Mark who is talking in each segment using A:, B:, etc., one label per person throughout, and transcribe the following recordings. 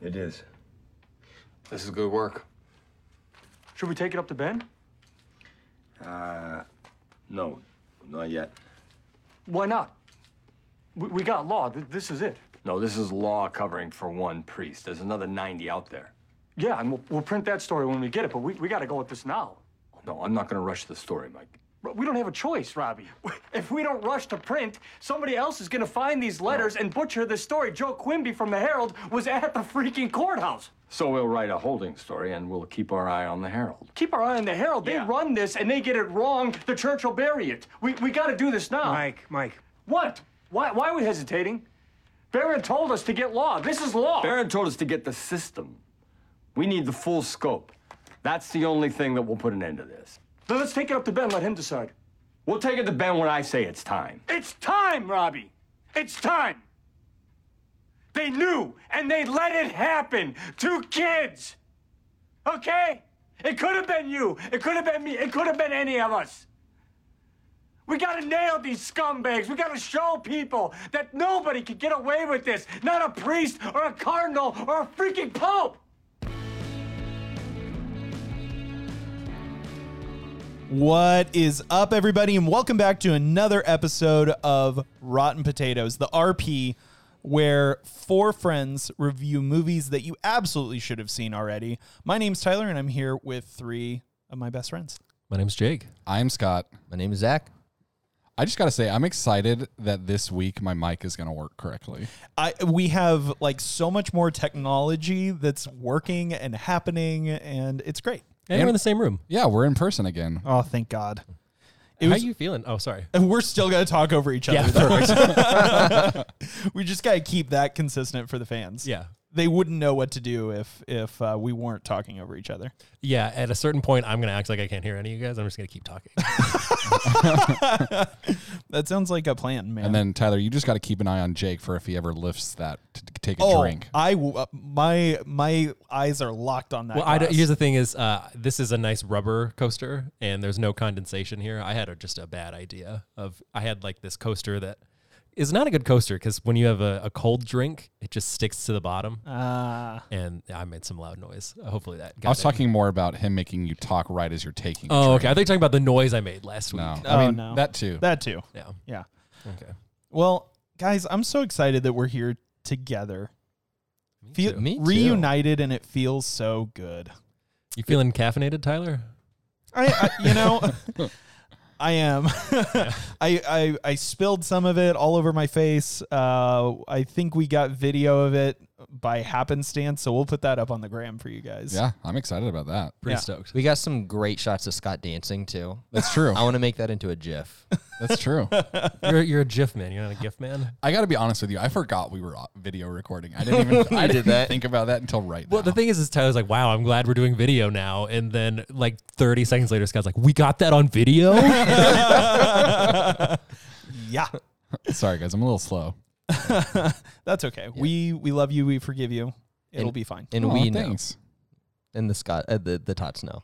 A: It is.
B: This is good work.
C: Should we take it up to Ben?
A: Uh, no, not yet.
C: Why not? We, we got law. Th- This is it.
B: No, this is law covering for one priest. There's another 90 out there.
C: Yeah, and we'll, we'll print that story when we get it, but we, we got to go with this now.
B: No, I'm not going to rush the story, Mike.
C: But We don't have a choice, Robbie. If we don't rush to print, somebody else is going to find these letters and butcher this story. Joe Quimby from the Herald was at the freaking courthouse.
B: So we'll write a holding story and we'll keep our eye on the Herald.
C: Keep our eye on the Herald. They
B: Yeah.
C: run this and they get it wrong. The church will bury it. We, we got to do this now.
D: Mike, Mike,
C: What? Why, why are we hesitating? Barron told us to get law. This is law.
B: Barron told us to get the system. We need the full scope. That's the only thing that will put an end to this.
C: Then let's take it up to Ben. Let him decide.
B: We'll take it to Ben when I say it's time.
C: It's time, Robbie. It's time. They knew and they let it happen. Two kids. Okay? It could have been you. It could have been me. It could have been any of us. We gotta nail these scumbags. We gotta show people that nobody can get away with this. Not a priest or a cardinal or a freaking pope.
E: What is up, everybody, and welcome back to another episode of Rotten Potatoes, the RP, where four friends review movies that you absolutely should have seen already. My name's Tyler, and I'm here with three of my best friends.
F: My name's Jake.
G: I'm Scott.
F: My name is Zach.
G: I just got to say, I'm excited that this week my mic is going to work correctly.
E: I we have like so much more technology that's working and happening, and it's great.
F: And, we're in the same room.
G: Yeah, we're in person again.
E: Oh, thank God!
F: How
E: was-
F: you feeling? Oh, sorry.
E: And we're still gonna talk over each other.
F: perfect.
E: We just gotta keep that consistent for the fans.
F: yeah.
E: they wouldn't know what to do if if uh, we weren't talking over each other.
F: Yeah. At a certain point, I'm going to act like I can't hear any of you guys. I'm just going to keep talking.
E: That sounds like a plan, man.
G: And then Tyler, you just got to keep an eye on Jake for if he ever lifts that to t- take a
E: oh,
G: drink.
E: I w- uh, my my eyes are locked on that.
F: well, I don't-
E: glass.
F: here's the thing is uh, this is a nice rubber coaster and there's no condensation here. I had a, just a bad idea of, I had like this coaster that is not a good coaster because when you have a, a cold drink, it just sticks to the bottom.
E: Ah.
F: and I made some loud noise. Uh, Hopefully that got
G: I was
F: it.
G: talking more about him making you talk right as you're taking. a
F: Oh,
G: drink.
F: okay. I think you're talking about the noise I made last week.
G: No,
E: Oh,
G: I mean
E: no.
G: that too.
E: that too.
F: Yeah.
E: Yeah.
F: Okay.
E: Well, guys, I'm so excited that we're here together. Feel
F: too.
G: Me too.
E: reunited and it feels so good.
F: You feeling caffeinated, Tyler?
E: I, I you know I am. I, I I spilled some of it all over my face. Uh, I think we got video of it by happenstance, so we'll put that up on the gram for you guys.
G: yeah, I'm excited about that.
F: Pretty
E: Yeah.
F: stoked.
H: We got some great shots of Scott dancing too.
G: That's true.
H: I want to make that into a GIF.
G: That's true.
F: You're you're a GIF man. You're not a GIF man.
G: I got to be honest with you. I forgot we were o- video recording. I didn't even I didn't
H: that.
G: think about that until right
F: Well,
G: now.
F: the thing is, is Tyler's like, "Wow, I'm glad we're doing video now," and then like 30 seconds later, Scott's like, "We got that on video."
E: Yeah.
G: Sorry guys, I'm a little slow.
E: That's okay. We we love you. We forgive you. It'll
H: And-
E: be fine.
H: And
G: Aw,
H: we know.
G: thanks.
H: And the Scott, uh, the the Tots know.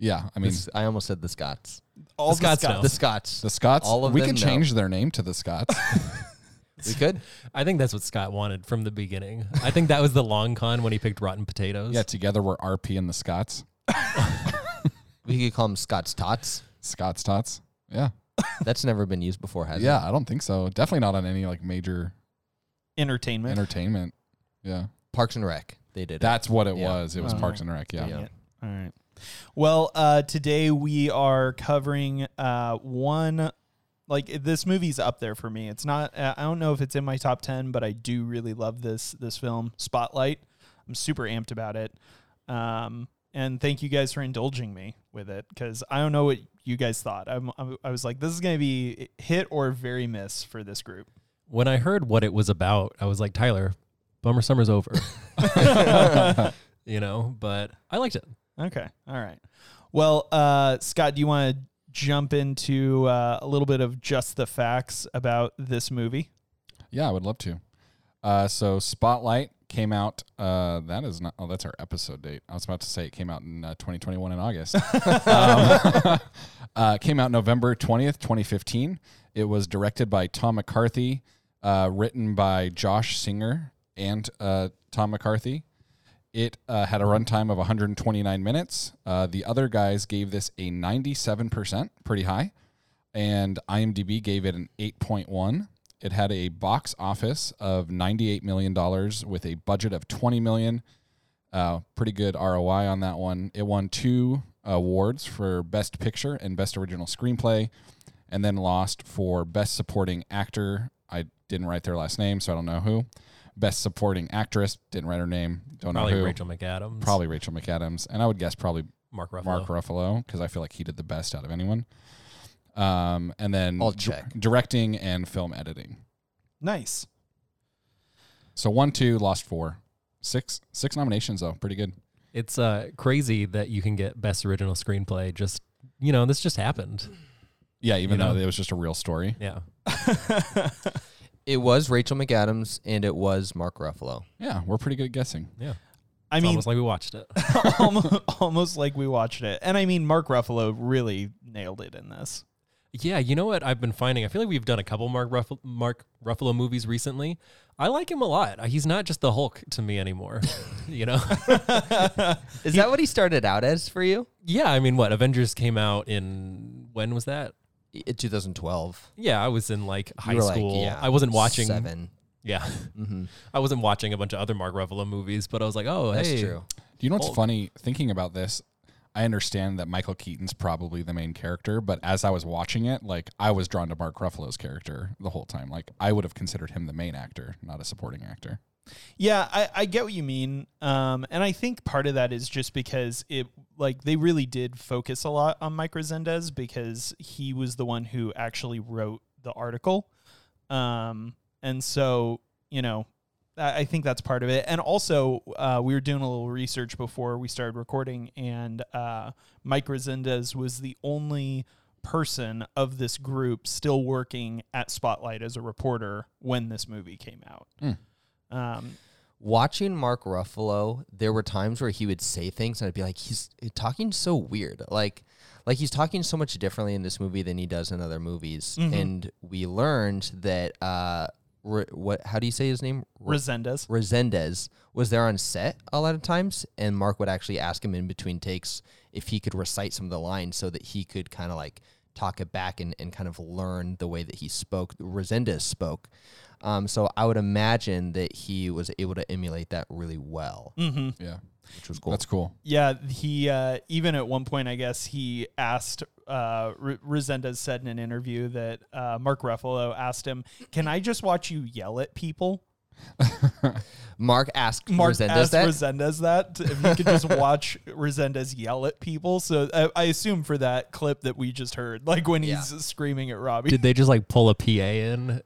G: Yeah, I
H: I,
G: mean
H: I almost said the Scots.
E: All the
F: Scots know.
H: The Scots.
G: the Scots.
H: all of
G: we
H: them
G: could
H: know.
G: change their name to the Scots.
H: we could.
F: I think that's what Scott wanted from the beginning. I think that was the long con when he picked rotten potatoes.
G: yeah, together we're RP and the Scots.
H: We could call them Scots Tots.
G: Scott's Tots. Yeah.
H: That's never been used before, has
G: Yeah,
H: it?
G: I don't think so. Definitely not on any like major
E: Entertainment.
G: entertainment. Yeah.
H: Parks and Rec. They did.
G: That's what it
H: Yeah.
G: was. It was Parks and Rec. Yeah.
H: Yeah.
E: All right. Well, uh, today we are covering uh, one. Like this movie's up there for me. It's not. Uh, I don't know if it's in my top ten, but I do really love this this film, Spotlight. I'm super amped about it. Um, and thank you guys for indulging me with it because I don't know what you guys thought. I'm, I'm, I was like, this is gonna be hit or very miss for this group.
F: When I heard what it was about, I was like, "Tyler, bummer summer's over," you know. But I liked it.
E: Okay. All right. Well, uh, Scott, do you want to jump into uh, a little bit of just the facts about this movie?
G: Yeah. I would love to. Uh, so Spotlight came out. Uh, that is not. Oh, that's our episode date. I was about to say it came out in uh, 2021 in August. um, uh, came out November 20th, 2015. It was directed by Tom McCarthy, uh, written by Josh Singer and uh, Tom McCarthy. It uh, had a runtime of 129 minutes. Uh, the other guys gave this a 97%, pretty high. And IMDb gave it an 8.1. It had a box office of $98 million with a budget of $20 million. Uh, pretty good ROI on that one. It won two awards for Best Picture and Best Original Screenplay, and then lost for Best Supporting Actor. I didn't write their last name, so I don't know who. Best Supporting Actress, didn't write her name, don't
F: Probably
G: know who.
F: Rachel McAdams.
G: Probably Rachel McAdams, and I would guess probably
F: Mark Ruffalo.
G: Mark Ruffalo because I feel like he did the best out of anyone. Um, and then
H: I'll
G: dir-
H: check.
G: directing and film editing.
E: Nice.
G: So one, two, lost four, six, six nominations though, pretty good.
F: It's uh, crazy that you can get best original screenplay. Just you know, this just happened.
G: Yeah, even
F: You know?
G: though it was just a real story.
F: Yeah,
H: It was Rachel McAdams and it was Mark Ruffalo.
G: Yeah, we're pretty good at guessing.
F: yeah.
E: I
F: It's
E: mean,
F: almost like we watched it.
E: almost, almost like we watched it. And I mean, Mark Ruffalo really nailed it in this.
F: yeah, you know what I've been finding? I feel like we've done a couple Mark Ruffalo, Mark Ruffalo movies recently. I like him a lot. Uh, He's not just the Hulk to me anymore. you know?
H: Is that what he started out as for you?
F: yeah, I mean, what Avengers came out in when was that?
H: In 2012.
F: Yeah, I was in like high
H: You were like,
F: school.
H: yeah,
F: I wasn't watching.
H: Seven. Mm-hmm.
F: Yeah, I wasn't watching a bunch of other Mark Ruffalo movies, but I was like, oh,
H: That's
F: hey.
H: true.
G: Do you know what's funny? Thinking about this, I understand that Michael Keaton's probably the main character, but as I was watching it, like I was drawn to Mark Ruffalo's character the whole time. Like I would have considered him the main actor, not a supporting actor.
E: Yeah, I, I get what you mean. Um, and I think part of that is just because it, like, they really did focus a lot on Mike Resendez because he was the one who actually wrote the article. Um, and so, you know, I, I think that's part of it. And also, uh, we were doing a little research before we started recording, and uh, Mike Resendez was the only person of this group still working at Spotlight as a reporter when this movie came out. Um,
H: Watching Mark Ruffalo, there were times where he would say things and I'd be like, he's eh, talking so weird. Like, like he's talking so much differently in this movie than he does in other movies. And we learned that, uh, Re- what? How do you say his name? Re-
E: Resendez.
H: Resendez was there on set a lot of times, and Mark would actually ask him in between takes if he could recite some of the lines so that he could kind of like talk it back and, and kind of learn the way that he spoke, Resendez spoke. Um, so I would imagine that he was able to emulate that really well,
E: Mm.
G: Yeah,
H: which was cool.
G: that's cool.
E: Yeah, he uh, even at one point, I guess he asked. Uh, R- Resendez said in an interview that uh, Mark Ruffalo asked him, "Can I just watch you yell at people?"
H: Mark asked
E: Mark
H: Resendez
E: asked
H: that.
E: Resendez that if you could just watch Resendez yell at people. So I, I assume for that clip that we just heard, like when
H: Yeah.
E: he's screaming at Robbie.
F: Did they just like pull a PA in?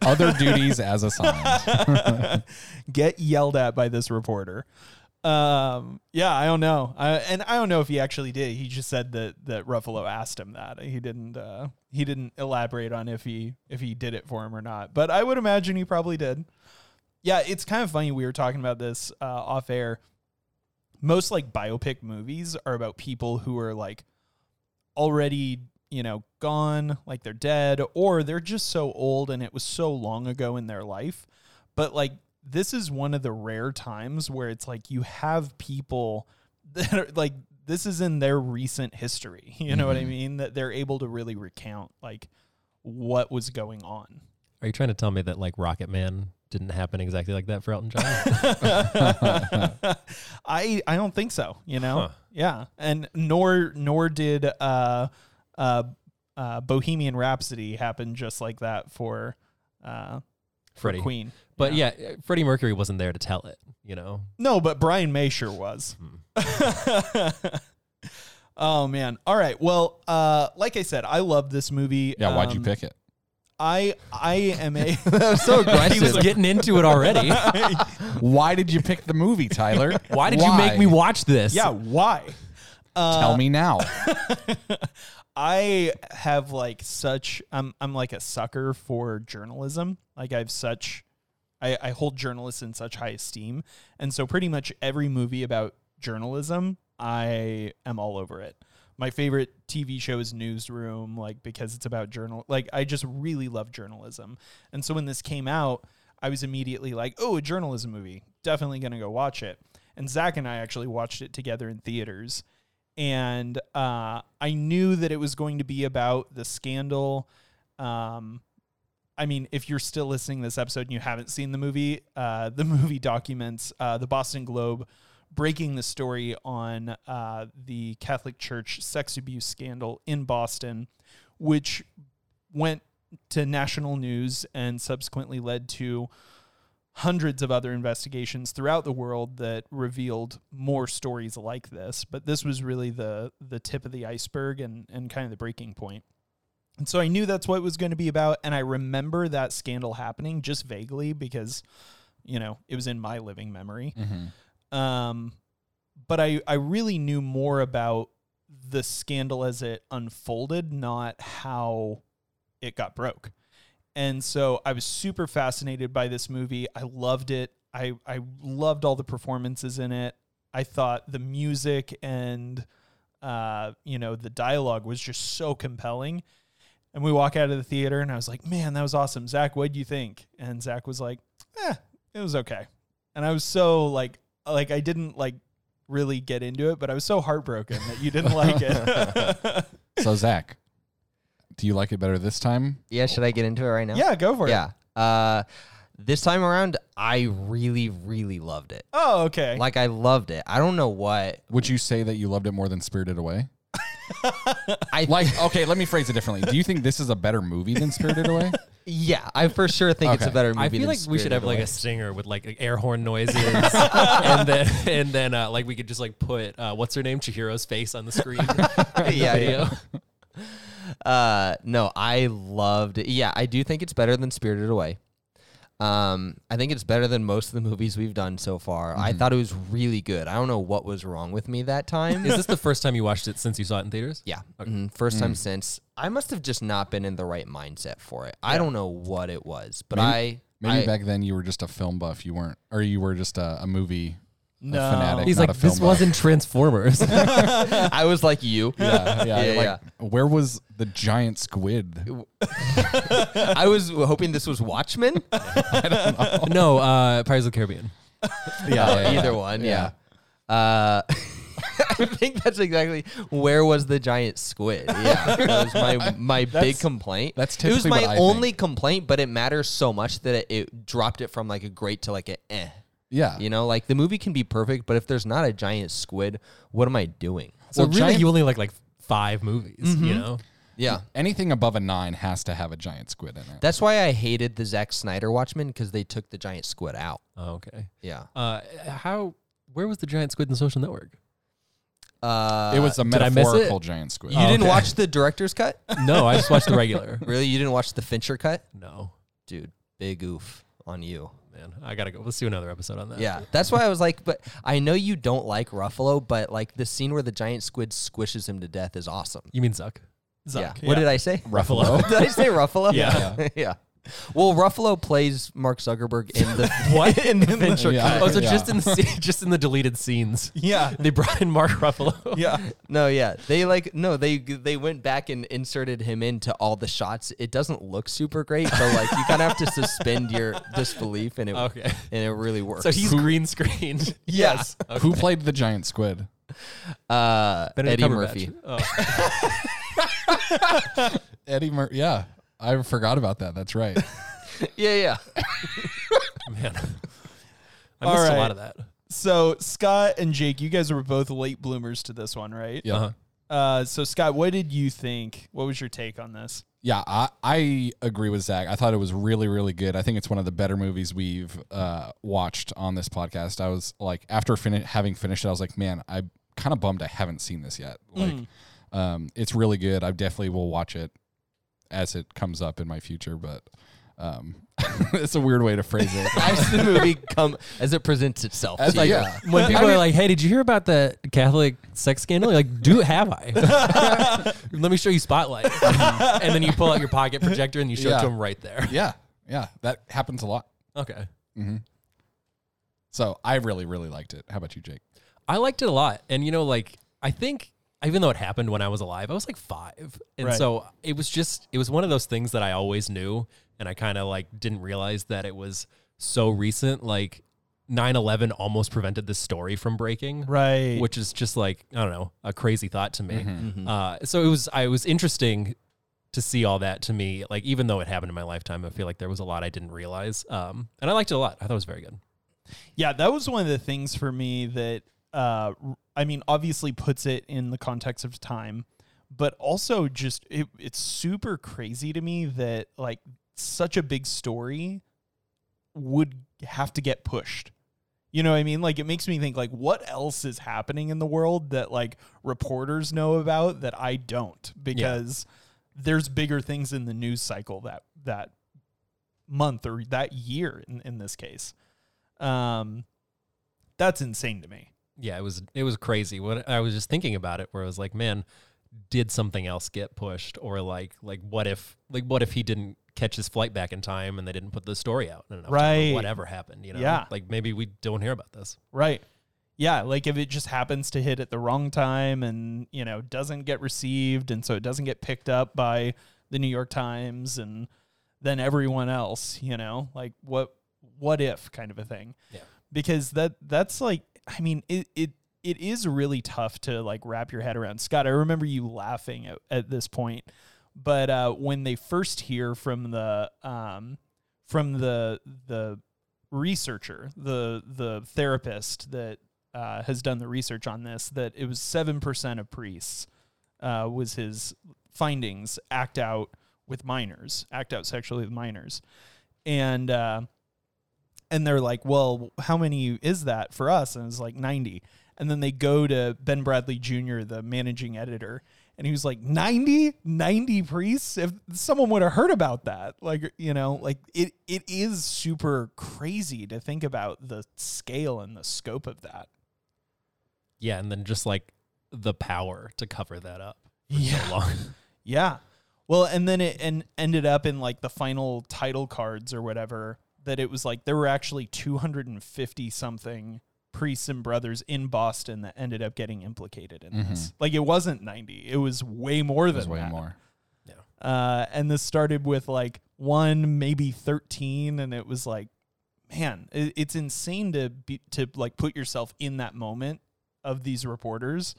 G: Other duties as assigned.
E: get yelled at by this reporter. Um, yeah, I don't know. I, and I don't know if he actually did. He just said that that Ruffalo asked him that. He didn't uh, he didn't elaborate on if he if he did it for him or not. But I would imagine he probably did. Yeah, it's kind of funny we were talking about this uh, off air. Most like biopic movies are about people who are like already, you know, gone, like they're dead or they're just so old and it was so long ago in their life but like this is one of the rare times where it's like you have people that are like this is in their recent history you know what i mean that they're able to really recount like what was going on
F: Are you trying to tell me that like Rocket Man didn't happen exactly like that for Elton John?
E: i i don't think so you know yeah and nor nor did uh uh uh bohemian rhapsody happen just like that for uh for
F: Freddie.
E: queen
F: But yeah. Freddie Mercury wasn't there to tell it, you know?
E: No, but Brian May sure was.
G: Hmm.
E: oh man. All right. Well, uh, like I said, I love this movie.
G: Yeah, why'd you
E: Um,
G: pick it?
E: I I am a
H: so aggressive.
F: He was getting into it already.
G: Why did you pick the movie, Tyler?
F: Why did you make me watch this?
E: yeah. Why?
G: Tell me now.
E: I have like such I'm I'm like a sucker for journalism. Like I've such I, I hold journalists in such high esteem. And so pretty much every movie about journalism, I am all over it. My favorite TV show is Newsroom, like because it's about journal like I just really love journalism. And so when this came out, I was immediately like, oh, a journalism movie. Definitely going to go watch it. And Zach and I actually watched it together in theaters. And uh, I knew that it was going to be about the scandal. Um, I mean, if you're still listening to this episode and you haven't seen the movie, uh, the movie documents uh, the Boston Globe breaking the story on uh, the Catholic Church sex abuse scandal in Boston, which went to national news and subsequently led to hundreds of other investigations throughout the world that revealed more stories like this. But this was really the the tip of the iceberg and, and kind of the breaking point. And so I knew that's what it was going to be about. And I remember that scandal happening just vaguely because, you know, it was in my living memory.
G: Mm-hmm.
E: Um, but I, I really knew more about the scandal as it unfolded, not how it got broke. And so I was super fascinated by this movie. I loved it. I, I loved all the performances in it. I thought the music and, uh, you know, the dialogue was just so compelling. And we walk out of the theater, and I was like, man, that was awesome. Zach, what'd you think? And Zach was like, eh, it was okay. And I was so like, like I didn't like really get into it, but I was so heartbroken that you didn't like it.
G: So Zach, do you like it better this time?
H: Yeah, should I get into it right now?
E: yeah, go for it.
H: Yeah. Uh, this time around, I really, really loved it.
E: Oh, okay.
H: Like I loved it. I don't know what
G: Would you say that you loved it more than Spirited Away?
H: I
G: Like, okay, let me phrase it differently. Do you think this is a better movie than Spirited Away?
H: Yeah, I for sure think it's a
G: Okay.
H: better movie.
F: I feel
H: than
F: like we should
H: Spirited
F: have like
H: Away.
F: a stinger with like air horn noises, and then and then uh, like we could just like put uh, what's her name Chihiro's face on the screen.
H: yeah, yeah. Uh, no, I loved it. Yeah, I do think it's better than Spirited Away. Um, I think it's better than most of the movies we've done so far.
G: Mm-hmm.
H: I thought it was really good. I don't know what was wrong with me that time.
F: Is this the first time you watched it since you saw it in theaters?
H: yeah, mhm, first
G: Mm.
H: time since. I must have just not been in the right mindset for it. I don't know what it was, but I
G: Maybe
H: I-
G: back then you were just a film buff. You weren't, or you were just a, a movie
E: No.
G: a fanatic.
F: He's
G: not
F: like,
G: a film
F: this
G: buff."
F: wasn't Transformers.
H: I was like you.
G: Yeah, yeah,
H: Yeah,
G: like, Where was the giant squid?
H: I was hoping this was Watchmen.
F: no, uh, Pirates of the Caribbean.
H: yeah, either one. Yeah. Uh, I think that's exactly where was the giant squid. Yeah, that was my my big complaint.
G: that's
H: it was
G: typically
H: my
G: what I
H: only complaint, but it matters so much that it, it dropped it from like a great to like a eh.
G: Yeah,
H: You know, like the movie can be perfect, but if there's not a giant squid, what am I doing?
F: So
G: Well,
F: really, Mm-hmm.
G: giant-
F: you only like like five movies. You know,
H: Yeah.
G: anything above a nine has to have a giant squid in it.
H: That's why I hated the Zack Snyder Watchmen because they took the giant squid out.
F: Oh, okay.
H: Yeah.
F: Uh, how? Where was the giant squid in Social Network?
H: Uh,
G: it was a
F: did I miss it?
G: metaphorical giant squid.
H: you didn't watch the director's cut?
F: No, I just watched the regular.
H: really? You didn't watch the Fincher cut?
F: No,
H: Dude, big oof on you.
F: man, I gotta go. Let's do another episode on that.
H: Yeah, that's why I was like, but I know you don't like Ruffalo, but like the scene where the giant squid squishes him to death is awesome.
F: You mean Zuck?
H: Yeah. What did I say?
F: Ruffalo.
H: did I say Ruffalo?
F: Yeah.
H: yeah. Well, Ruffalo plays Mark Zuckerberg in the what in the venture
G: Yeah.
H: cut.
F: Oh, so
G: Yeah.
F: just in the se- just in the deleted scenes,
E: yeah.
F: they brought in Mark Ruffalo.
E: Yeah.
H: No, yeah, they like no, they they went back and inserted him into all the shots. It doesn't look super great, but like you kind of have to suspend your disbelief, and it
F: Okay.
H: and it really works.
F: So he's green screened.
E: Yes.
G: Who played the giant squid?
H: uh,
F: Benedict
H: Eddie
F: Cumberbatch.
H: Murphy.
F: Oh,
G: Eddie Murphy. Yeah, I forgot about that. That's right.
H: Yeah, yeah.
F: man, I
E: All
F: missed
E: right.
F: a lot of that.
E: So Scott and Jake, you guys were both late bloomers to this one, right?
G: Yeah.
F: Uh-huh.
E: Uh, so Scott, what did you think? What was your take on this?
G: Yeah, I, I agree with Zach. I thought it was really, really good. I think it's one of the better movies we've uh, watched on this podcast. I was like, after fin- having finished it, I was like, man, I kind of bummed I haven't seen this yet. Like, um, it's really good. I definitely will watch it as it comes up in my future, but um, it's a weird way to phrase it.
H: as the movie come as it presents itself.
G: As
H: to
G: I-
H: you.
G: yeah.
F: When people are like, "Hey, did you hear about the Catholic sex scandal?" You're like, "Do have I?" Let me show you Spotlight, and then you pull out your pocket projector and you show it
G: Yeah.
F: to him right there.
G: yeah, yeah, that happens a lot.
F: Okay.
G: So I really, really liked it. How about you, Jake?
F: I liked it a lot. And you know, like I think even though it happened when I was alive, I was like five. And
E: Right.
F: so it was just it was one of those things that I always knew and I kind of like didn't realize that it was so recent. Like 9 11 almost prevented this story from breaking.
E: Right.
F: Which is just like, I don't know, a crazy thought to me.
E: Mm-hmm.
F: Uh, so it was, I it was interesting to see all that to me. Like, even though it happened in my lifetime, I feel like there was a lot I didn't realize. Um, and I liked it a lot. I thought it was very good.
E: Yeah, that was one of the things for me that uh r- I mean obviously puts it in the context of time, but also just it, it's super crazy to me that like such a big story would have to get pushed. You know what I mean? Like it makes me think like what else is happening in the world that like reporters know about that I don't because there's bigger things in the news cycle that that month or that year in, in this case. Um, that's insane to me.
F: yeah, it was it was crazy. What I was just thinking about it, where I was like, man, did something else get pushed, or like like what if like what if he didn't catch his flight back in time and they didn't put the story out, in enough time, or
E: Right.
F: Whatever happened, you know?
E: Yeah.
F: like maybe we don't hear about this.
E: Right. Yeah, like if it just happens to hit at the wrong time and, you know, doesn't get received and so it doesn't get picked up by the New York Times and then everyone else, you know, like what what if kind of a thing.
F: Yeah.
E: Because that that's like I mean, it it it is really tough to like wrap your head around. Scott, I remember you laughing at, at this point, but uh when they first hear from the um from the the researcher, the the therapist that uh, has done the research on this, that it was seven percent of priests uh, was his findings act out with minors, act out sexually with minors, and uh, and they're like, well, how many is that for us? And it's like ninety. And then they go to Ben Bradley Jr., the managing editor, and he was like, 90? 90 priests? If someone would have heard about that. Like, you know, like it it is super crazy to think about the scale and the scope of that.
F: Yeah, and then just like the power to cover that up for
E: Yeah.
F: so long.
E: Yeah. Well, and then it and ended up in like the final title cards or whatever that it was like there were actually 250 something priests and brothers in Boston that ended up getting implicated in this. Like it wasn't 90. It was way more than
G: There's way
E: that.
G: more.
E: Uh, and this started with like one, maybe 13. And it was like, man, it, it's insane to be, to like put yourself in that moment of these reporters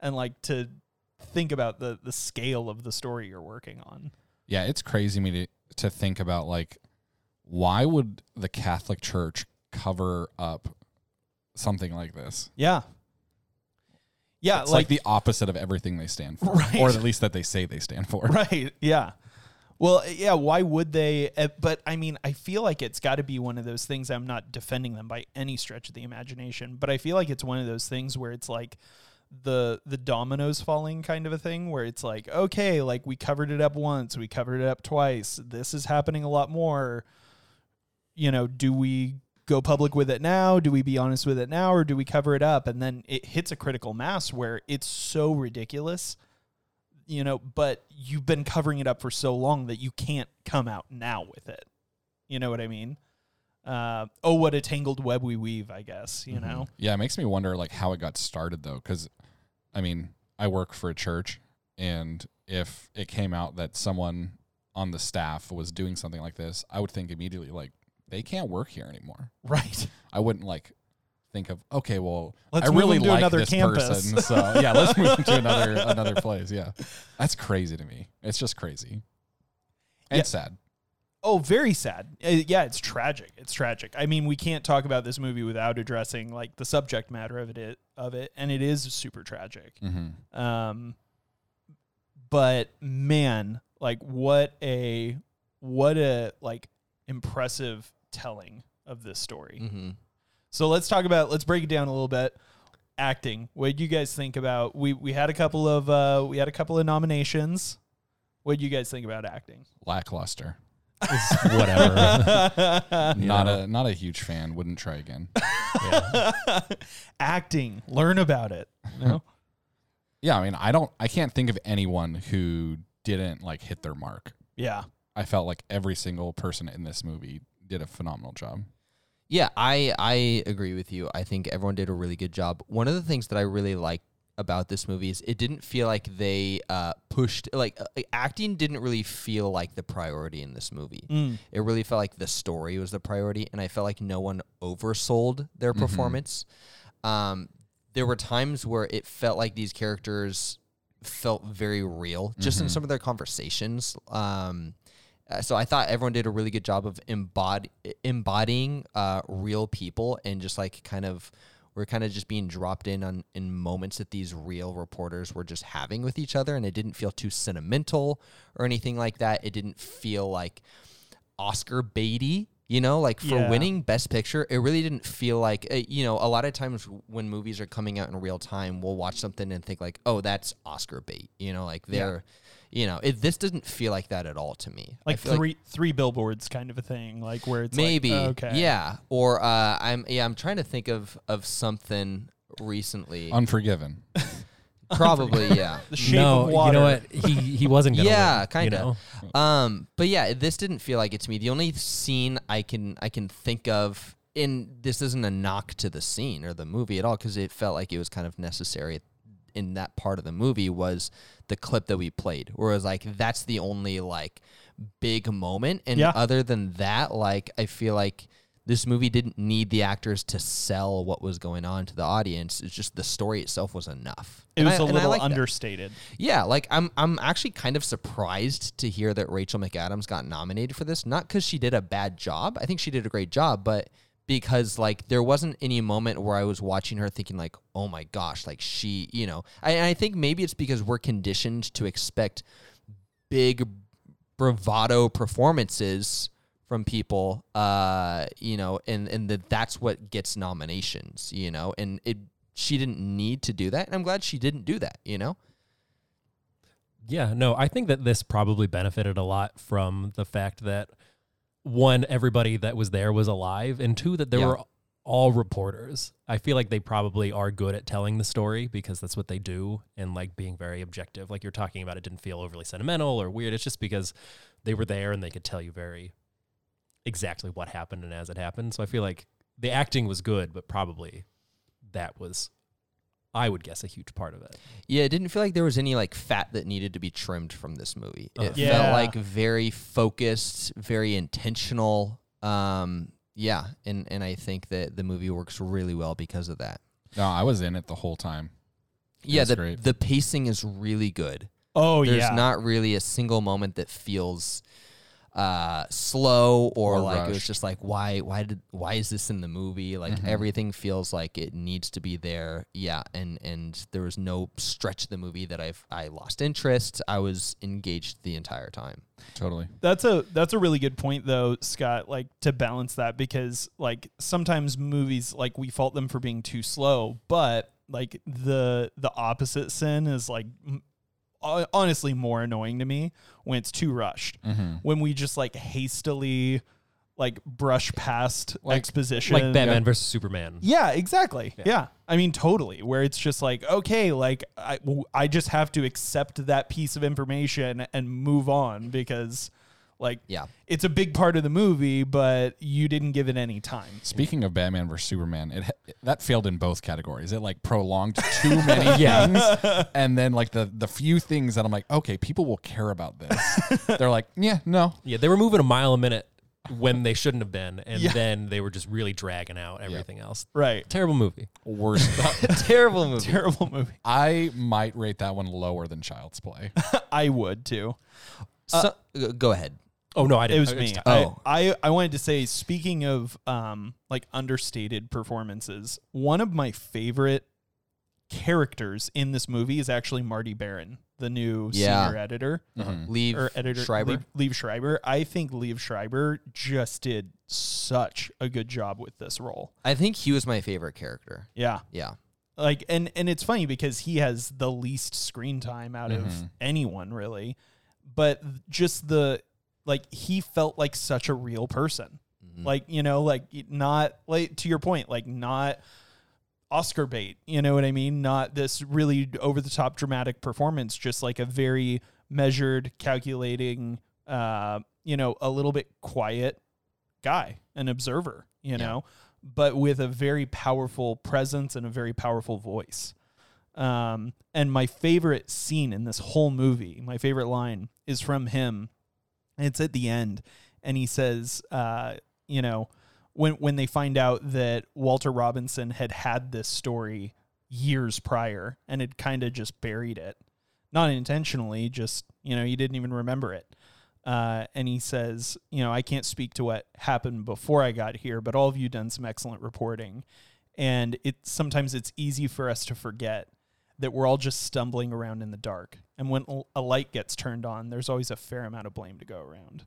E: and like to think about the, the scale of the story you're working on.
G: Yeah, it's crazy to me to to think about like why would the Catholic Church cover up something like this?
E: Yeah. Yeah.
G: It's like, the opposite of everything they stand for,
E: Right.
G: or at least that they say they stand for.
E: Right. Yeah. Well, yeah, why would they? Uh, But I mean, I feel like it's got to be one of those things. I'm not defending them by any stretch of the imagination, but I feel like it's one of those things where it's like the the dominoes falling kind of a thing where it's like, okay, like we covered it up once, we covered it up twice. This is happening a lot more. You know, do we go public with it now? Do we be honest with it now or do we cover it up? And then it hits a critical mass where it's so ridiculous you know, but you've been covering it up for so long that you can't come out now with it. You know what I mean? Uh, oh, what a tangled web we weave, I guess, you know?
G: Yeah, it makes me wonder like how it got started though, because I mean, I work for a church, and if it came out that someone on the staff was doing something like this, I would think immediately like they can't work here anymore.
E: Right.
G: I wouldn't like think of okay, well,
E: Let's
G: I
E: move
G: really
E: them to
G: like
E: another
G: this
E: campus.
G: person, so yeah, let's move them to another another place. Yeah, that's crazy to me. It's just crazy and
E: Yeah.
G: sad.
E: Oh, very sad. Uh, yeah, it's tragic. It's tragic. I mean, we can't talk about this movie without addressing like the subject matter of it of it, and it is super tragic.
G: Mm-hmm.
E: Um, but man, like what a what a like impressive telling of this story.
H: Mm-hmm.
E: So let's talk about let's break it down a little bit. Acting. What do you guys think about? We we had a couple of uh, we had a couple of nominations. What do you guys think about acting?
G: Lackluster.
F: It's whatever.
G: Not a not a huge fan. Wouldn't try again.
E: acting. Learn about it. No.
G: yeah, I mean, I don't. I can't think of anyone who didn't like hit their mark.
E: yeah.
G: I felt like every single person in this movie did a phenomenal job.
H: Yeah, I I agree with you. I think everyone did a really good job. One of the things that I really liked about this movie is it didn't feel like they uh, pushed like uh, acting didn't really feel like the priority in this movie. It really felt like the story was the priority, and I felt like no one oversold their performance. Um, there were times where it felt like these characters felt very real, just in some of their conversations. Um, uh, so I thought everyone did a really good job of embody, embodying uh, real people and just like kind of we're kind of just being dropped in on in moments that these real reporters were just having with each other, and it didn't feel too sentimental or anything like that. It didn't feel like Oscar Beatty, you know, like for
E: Yeah.
H: winning Best Picture, it really didn't feel like, uh, you know, a lot of times when movies are coming out in real time, we'll watch something and think like, oh, that's Oscar bait, you know, like they're, you know, it, this doesn't feel like that at all to me. I
E: like
H: feel
E: three three billboards kind of a thing, like where it's like, oh,
H: maybe,
E: okay,
H: yeah, or uh, I'm yeah, I'm trying to think of of something recently,
G: Unforgiven.
H: probably yeah.
E: the shape
F: no,
E: of water.
F: you know what? He he wasn't gonna.
H: yeah,
F: win,
H: kind
F: You know?
H: of. Um, but yeah, this didn't feel like it to me. The only scene I can I can think of, in this isn't a knock to the scene or the movie at all, because it felt like it was kind of necessary in that part of the movie was the clip that we played, where it was like that's the only like big moment, and
E: Yeah.
H: other than that, like I feel like. This movie didn't need the actors to sell what was going on to the audience. It's just the story itself was enough.
E: It
H: And
E: was
H: I-
E: a
H: and I
E: little
H: like that.
E: understated.
H: Yeah, like I'm I'm actually kind of surprised to hear that Rachel McAdams got nominated for this, not cuz she did a bad job. I think she did a great job, but because like there wasn't any moment where I was watching her thinking like, "Oh my gosh, like she, you know." I I think maybe it's because we're conditioned to expect big bravado performances from people uh you know and and that that's what gets nominations you know and it she didn't need to do that and i'm glad she didn't do that you know
F: Yeah, no, I think that this probably benefited a lot from the fact that one, everybody that was there was alive, and two, that they
H: Yeah.
F: were all reporters. I feel like they probably are good at telling the story because that's what they do and like being very objective. Like you're talking about, it didn't feel overly sentimental or weird. It's just because they were there and they could tell you very exactly what happened and as it happened. So I feel like the acting was good, but probably that was, I would guess, a huge part of it.
H: Yeah, it didn't feel like there was any like fat that needed to be trimmed from this movie.
G: Uh-huh.
H: It
E: Yeah.
H: felt like very focused, very intentional. Um, yeah, and and I think that the movie works really well because of that.
G: No, I was in it the whole time.
H: Yeah,
G: That's
H: the
G: great.
H: the pacing is really good.
E: Oh
H: There's
E: yeah,
H: not really a single moment that feels uh slow or,
G: Or
H: like it was
G: rushed.
H: just like why why did why is this in the movie like everything feels like it needs to be there yeah and and there was no stretch of the movie that i've i lost interest i was engaged the entire time
G: Totally.
E: that's a that's a really good point though scott like to balance that because like sometimes movies like we fault them for being too slow but like the the opposite sin is like m- hon- honestly more annoying to me when it's too rushed
F: Mm-hmm.
E: when we just like hastily like brush past exposition
F: Like Batman versus Superman.
E: yeah, exactly. Yeah. I mean, totally. Where it's just like, okay, like I, w- I just have to accept that piece of information and move on because, like,
H: Yeah.
E: it's a big part of the movie, but you didn't give it any time.
G: Speaking of Batman versus Superman, it ha- that failed in both categories. It like prolonged too many things, and then like the the few things that I'm like, okay, people will care about this. They're like, yeah, no,
F: Yeah, they were moving a mile a minute when they shouldn't have been, and then they were just really dragging out everything else.
E: Right.
F: Terrible movie.
G: worst.
H: terrible movie
E: Terrible movie.
G: I might rate that one lower than Child's Play.
E: I would too.
H: so, g- Uh, go ahead
F: Oh no, I didn't.
E: It was me.
H: Oh.
E: I, I, I wanted to say, speaking of um, like understated performances, one of my favorite characters in this movie is actually Marty Baron, the new
H: Yeah.
E: senior editor.
H: leave
E: or editor
H: schreiber
E: Liev, Liev Schreiber. I think Liev Schreiber just did such a good job with this role.
H: i think he was my favorite character
E: Yeah.
H: yeah
E: Like and and it's funny because he has the least screen time out of anyone really. But just the like he felt like such a real person. Like, you know, like not like to your point, like not Oscar bait, you know what I mean? Not this really over the top dramatic performance, just like a very measured, calculating, uh, you know, a little bit quiet guy, an observer, you know, but with a very powerful presence and a very powerful voice. Um, and my favorite scene in this whole movie, my favorite line is from him. It's at the end, and he says, uh, you know, when when they find out that Walter Robinson had had this story years prior and had kind of just buried it, not intentionally, just you know, he didn't even remember it. Uh, and he says, you know, I can't speak to what happened before I got here, but all of you done some excellent reporting, and it sometimes it's easy for us to forget that we're all just stumbling around in the dark. And when l- a light gets turned on, there's always a fair amount of blame to go around.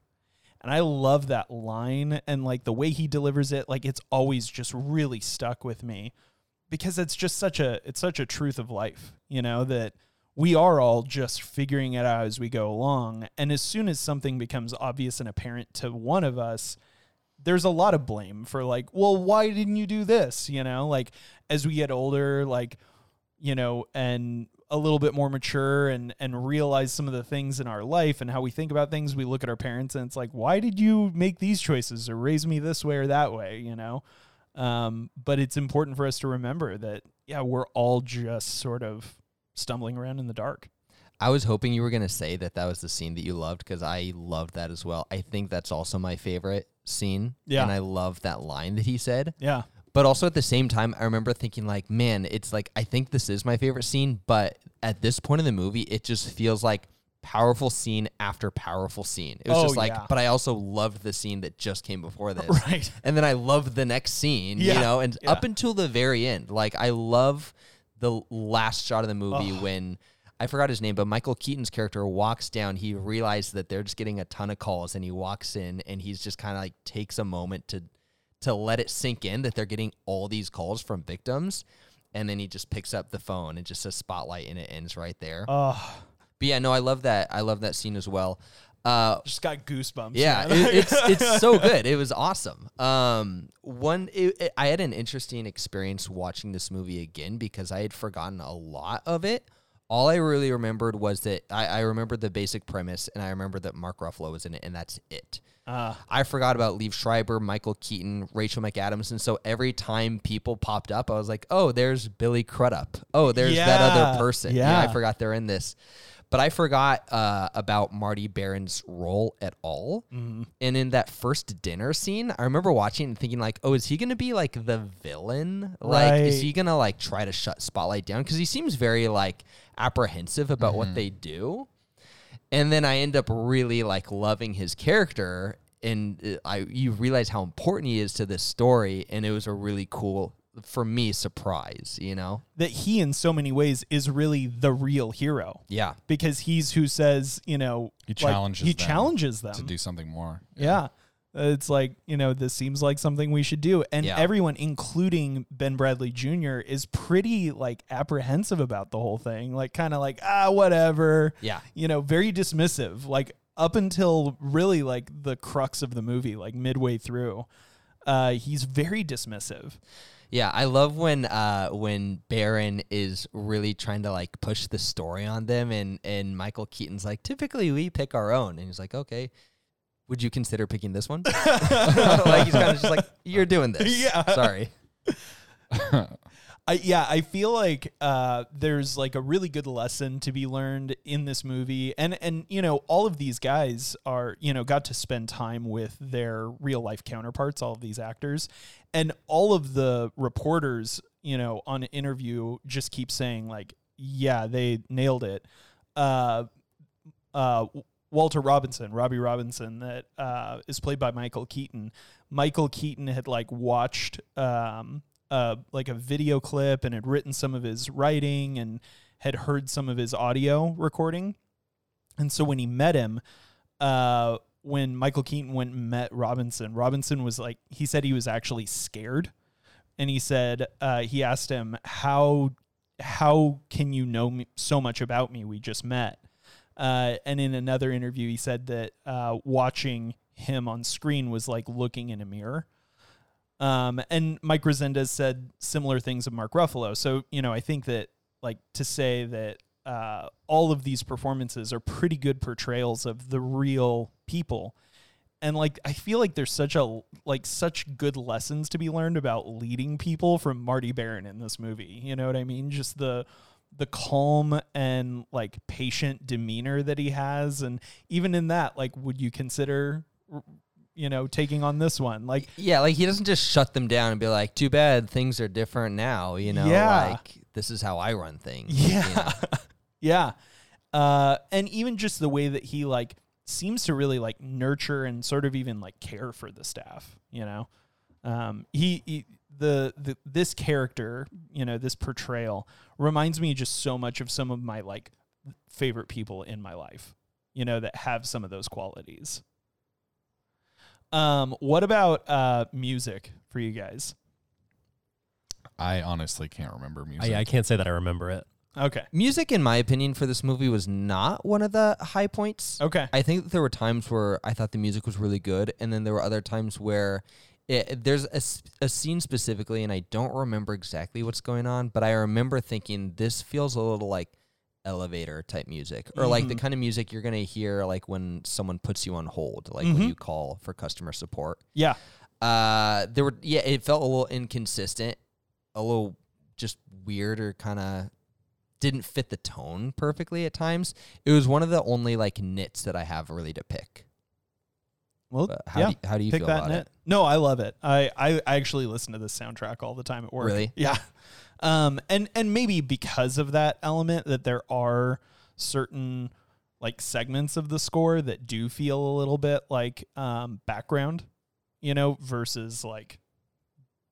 E: And I love that line and like the way he delivers it, like it's always just really stuck with me because it's just such a it's such a truth of life, you know, that we are all just figuring it out as we go along. And as soon as something becomes obvious and apparent to one of us, there's a lot of blame for like, well, why didn't you do this? You know, like as we get older, like you know, and a little bit more mature and and realize some of the things in our life and how we think about things, we look at our parents and it's like, why did you make these choices or raise me this way or that way, you know? Um, but it's important for us to remember that yeah, we're all just sort of stumbling around in the dark.
H: I was hoping you were going to say that that was the scene that you loved because I loved that as well. I think that's also my favorite scene.
E: Yeah.
H: And I love that line that he said.
E: Yeah.
H: But also at the same time, I remember thinking, like, man, it's like, I think this is my favorite scene. But at this point in the movie, it just feels like powerful scene after powerful scene. It was
E: Oh,
H: just like,
E: yeah.
H: but I also loved the scene that just came before this.
E: Right.
H: And then I loved the next scene, you
E: Yeah.
H: know, and
E: Yeah.
H: up until the very end. Like, I love the last shot of the movie when. I forgot his name, but Michael Keaton's character walks down. He realizes that they're just getting a ton of calls, and he walks in, and he's just kind of like takes a moment to to let it sink in that they're getting all these calls from victims. And then he just picks up the phone and just says spotlight and it ends right there.
E: Oh,
H: but yeah, no, I love that. I love that scene as well. Uh,
E: just got goosebumps.
H: yeah,
E: man.
H: it, it's it's so good. It was awesome. Um, one, it, it- I had an interesting experience watching this movie again because I had forgotten a lot of it. All I really remembered was that I, I remembered the basic premise, and I remember that Mark Ruffalo was in it, and that's it. I forgot about Liev Schreiber, Michael Keaton, Rachel McAdams, and so every time people popped up, I was like, "Oh, there's Billy Crudup. Oh, there's that
E: Yeah,
H: other person. yeah I
E: yeah.
H: forgot forgot they're in this. But I forgot uh, about Marty Baron's role at all. And in that first dinner scene, I remember watching and thinking like, "Oh, is he going to be like the villain? Like, is
E: Right.
H: he going to like try to shut Spotlight down? Because he seems very like apprehensive about what they do." And then I end up really like loving his character, and uh, I you realize how important he is to this story, and it was a really cool for me surprise. You know?
E: that he in so many ways is really the real hero.
H: Yeah.
E: Because he's who says, you know,
G: He challenges
E: he
G: them
E: challenges them.
G: to do something more.
E: Yeah. Uh, It's like, you know, this seems like something we should do. And
H: Yeah.
E: everyone, including Ben Bradley Jr., is pretty like apprehensive about the whole thing. Like kind of like, ah, whatever.
H: Yeah.
E: You know, very dismissive. Like up until really like the crux of the movie, like midway through. Uh, he's very dismissive.
H: Yeah, I love when uh, when Baron is really trying to like push the story on them, and and Michael Keaton's like, typically we pick our own, and he's like, okay, would you consider picking this one? like he's kind of just like, you're doing this.
E: Yeah.
H: sorry.
E: I yeah, I feel like uh, there's like a really good lesson to be learned in this movie, and and you know all of these guys are you know got to spend time with their real life counterparts, all of these actors, and all of the reporters you know on an interview just keep saying like yeah they nailed it. Uh, uh, Walter Robinson, Robbie Robinson, that uh, is played by Michael Keaton. Michael Keaton had like watched um, uh, like a video clip and had written some of his writing and had heard some of his audio recording. And so when he met him, uh, when Michael Keaton went and met Robinson, Robinson was like, he said he was actually scared. And he said, uh, he asked him, how, how can you know me, so much about me? We just met. Uh, and in another interview, he said that uh, watching him on screen was like looking in a mirror. Um, and Mike Resendez said similar things of Mark Ruffalo. So, you know, I think that, like, to say that uh, all of these performances are pretty good portrayals of the real people. And like I feel like there's such a like such good lessons to be learned about leading people from Marty Baron in this movie. You know what I mean? Just the the calm and like patient demeanor that he has and even in that like would you consider you know taking on this one like
H: Yeah, like he doesn't just shut them down and be like, "Too bad things are different now." You know,
E: Yeah.
H: like this is how I run things. You know?
E: Yeah. yeah. Uh, and even just the way that he like seems to really like nurture and sort of even like care for the staff, you know. Um, he, he the, the this character, you know, this portrayal reminds me just so much of some of my like favorite people in my life, you know, that have some of those qualities. Um, what about uh music for you guys?
G: I honestly can't remember music.
F: I, I can't say that I remember it.
E: Okay.
H: Music, in my opinion, for this movie was not one of the high points.
E: Okay.
H: I think that there were times where I thought the music was really good, and then there were other times where it, there's a, s- a scene specifically, and I don't remember exactly what's going on, but I remember thinking this feels a little like elevator type music, or like the kind of music you're gonna hear like when someone puts you on hold, like when you call for customer support.
E: Yeah.
H: Uh, there were yeah, it felt a little inconsistent, a little just weird or kind of didn't fit the tone perfectly at times. It was one of the only like nits that I have really to pick.
E: Well,
H: But how
E: yeah.
H: do you, how do you
E: pick
H: feel
E: that
H: about
E: nit.
H: it?
E: No, I love it. I, I I actually listen to this soundtrack all the time at work.
H: Really?
E: Yeah. Um and and maybe because of that element that there are certain like segments of the score that do feel a little bit like um background, you know, versus like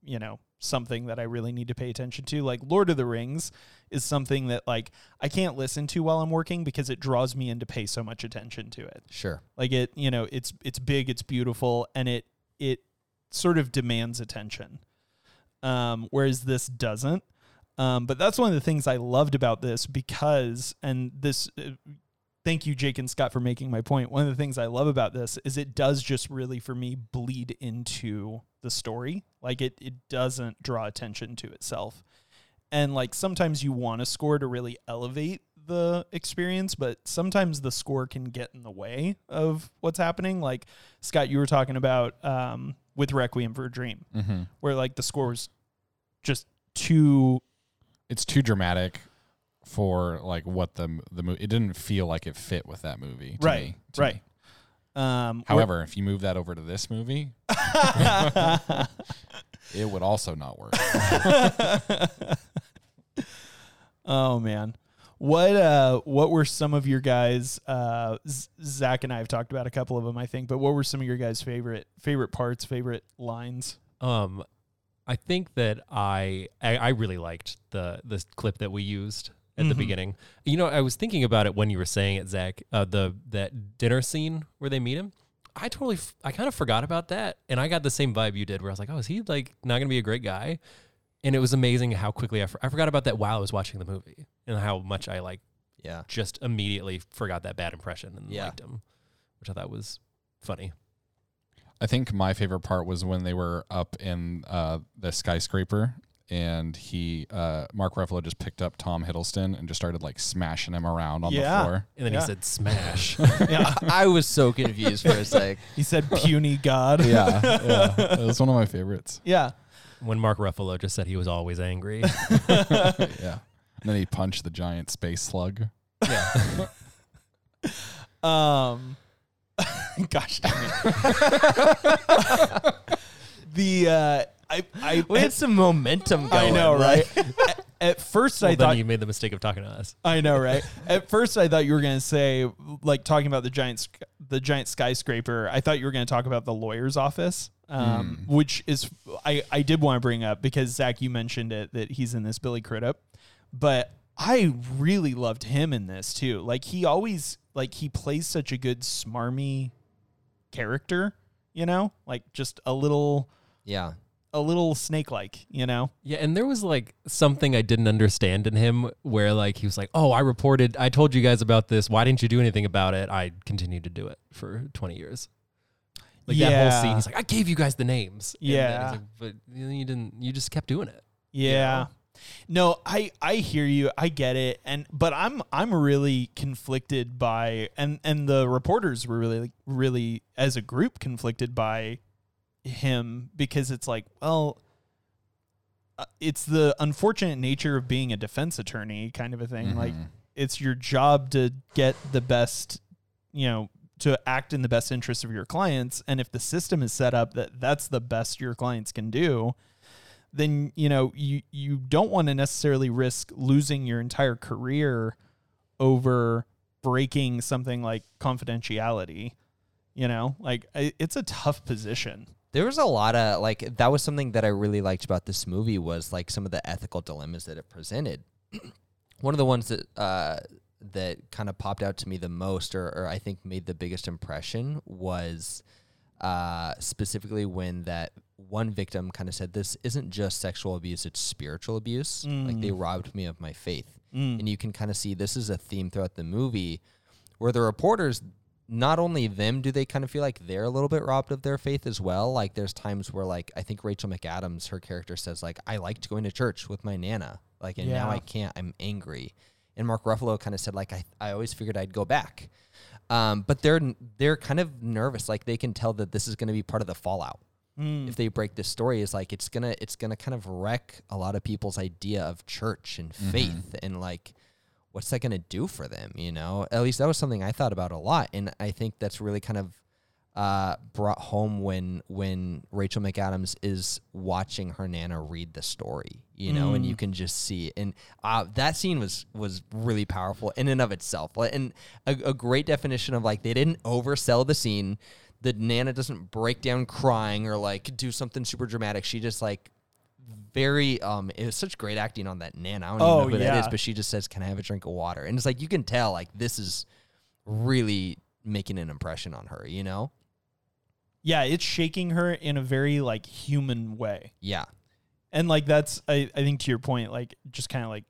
E: you know, something that I really need to pay attention to. Like Lord of the Rings is something that like I can't listen to while I'm working because it draws me in to pay so much attention to it
H: Sure.
E: like it you know it's it's big it's beautiful and it it sort of demands attention um whereas this doesn't um but that's one of the things i loved about this because and this uh, thank you jake and scott for making my point one of the things i love about this is it does just really for me bleed into the story like it it doesn't draw attention to itself and like sometimes you want a score to really elevate the experience but sometimes the score can get in the way of what's happening like scott you were talking about um, with requiem for a dream where like the score was just too
G: It's too dramatic for like what the m- the movie. It didn't feel like it fit with that movie. to
E: right
G: me- to
E: right
G: me.
E: um where-
G: However, if you move that over to this movie, it would also not work.
E: oh man what uh what were some of your guys uh Z- zach and i have talked about a couple of them i think but what were some of your guys favorite favorite parts favorite lines
F: Um, I think that I I, I really liked the the clip that we used at the beginning. You know, I was thinking about it when you were saying it, Zach. Uh, the that dinner scene where they meet him. I totally, f- I kind of forgot about that, and I got the same vibe you did, where I was like, "Oh, is he like not gonna be a great guy?" And it was amazing how quickly I, for- I forgot about that while I was watching the movie, and how much I like
H: Yeah.
F: just immediately forgot that bad impression and
H: Yeah.
F: liked him, which I thought was funny.
G: I think my favorite part was when they were up in uh, the skyscraper and he uh, Mark Ruffalo just picked up Tom Hiddleston and just started like smashing him around on
E: Yeah.
G: the floor.
F: And then
E: Yeah.
F: he said, "Smash."
H: I was so confused for a sec.
E: he said puny god
G: Yeah, yeah. it was one of my favorites.
E: yeah
F: when Mark Ruffalo just said he was always angry.
G: Yeah, and then he punched the giant space slug.
E: Um, gosh, dang it. the uh, I I
H: We had some momentum going.
E: I know right.
H: like-
E: at, at first, I
F: well,
E: thought
F: then you made the mistake of talking to us.
E: I know right. At first, I thought you were gonna say like talking about the giant sk- the giant skyscraper. I thought you were gonna talk about the lawyer's office. Um, which is I, I did want to bring up because Zach, you mentioned it that he's in this Billy Crudup, but I really loved him in this too. Like he always like he plays such a good smarmy character, you know, like just a little,
H: yeah.
E: a little snake like, you know.
F: Yeah, and there was like something I didn't understand in him where like he was like, "Oh, I reported. I told you guys about this. Why didn't you do anything about it? I continued to do it for 20 years." Like that
E: Yeah.
F: whole scene, he's like, "I gave you guys the names." And then
E: Yeah.
F: he's like, but you didn't. You just kept doing it.
E: Yeah. No, I I hear you. I get it. And but I'm I'm really conflicted by and and the reporters were really really as a group conflicted by him because it's like, well, uh, it's the unfortunate nature of being a defense attorney kind of a thing like it's your job to get the best you know to act in the best interest of your clients and if the system is set up that that's the best your clients can do then you know you you don't want to necessarily risk losing your entire career over breaking something like confidentiality you know like I, it's a tough position
H: there was a lot of like that was something that I really liked about this movie was like some of the ethical dilemmas that it presented. One of the ones that uh, that kind of popped out to me the most, or, or I think made the biggest impression, was uh, specifically when that one victim kind of said, "This isn't just sexual abuse; it's spiritual abuse. Like they robbed me of my faith." And you can kind of see this is a theme throughout the movie, where the reporters not only them do they kind of feel like they're a little bit robbed of their faith as well like there's times where like i think rachel mcadams her character says like i liked going to church with my nana like and now i can't i'm angry and mark ruffalo kind of said like i, I always figured i'd go back um, but they're they're kind of nervous like they can tell that this is going to be part of the fallout if they break this story is like it's gonna it's gonna kind of wreck a lot of people's idea of church and faith and like what's that going to do for them? You know, at least that was something I thought about a lot, and I think that's really kind of uh, brought home when when Rachel McAdams is watching her nana read the story. You know, and you
E: Mm.
H: can just see, it. and uh, that scene was was really powerful in and of itself, Like, and a, a great definition of like they didn't oversell the scene. The nana doesn't break down crying or like do something super dramatic. She just like very um it was such great acting on that nana. I don't
E: Oh,
H: even know who that is,
E: yeah.
H: but she just says, Can I have a drink of water? And it's like you can tell like this is really making an impression on her, you know?
E: yeah it's shaking her in a very like human way
H: Yeah.
E: and like that's I, I think to your point like just kind of like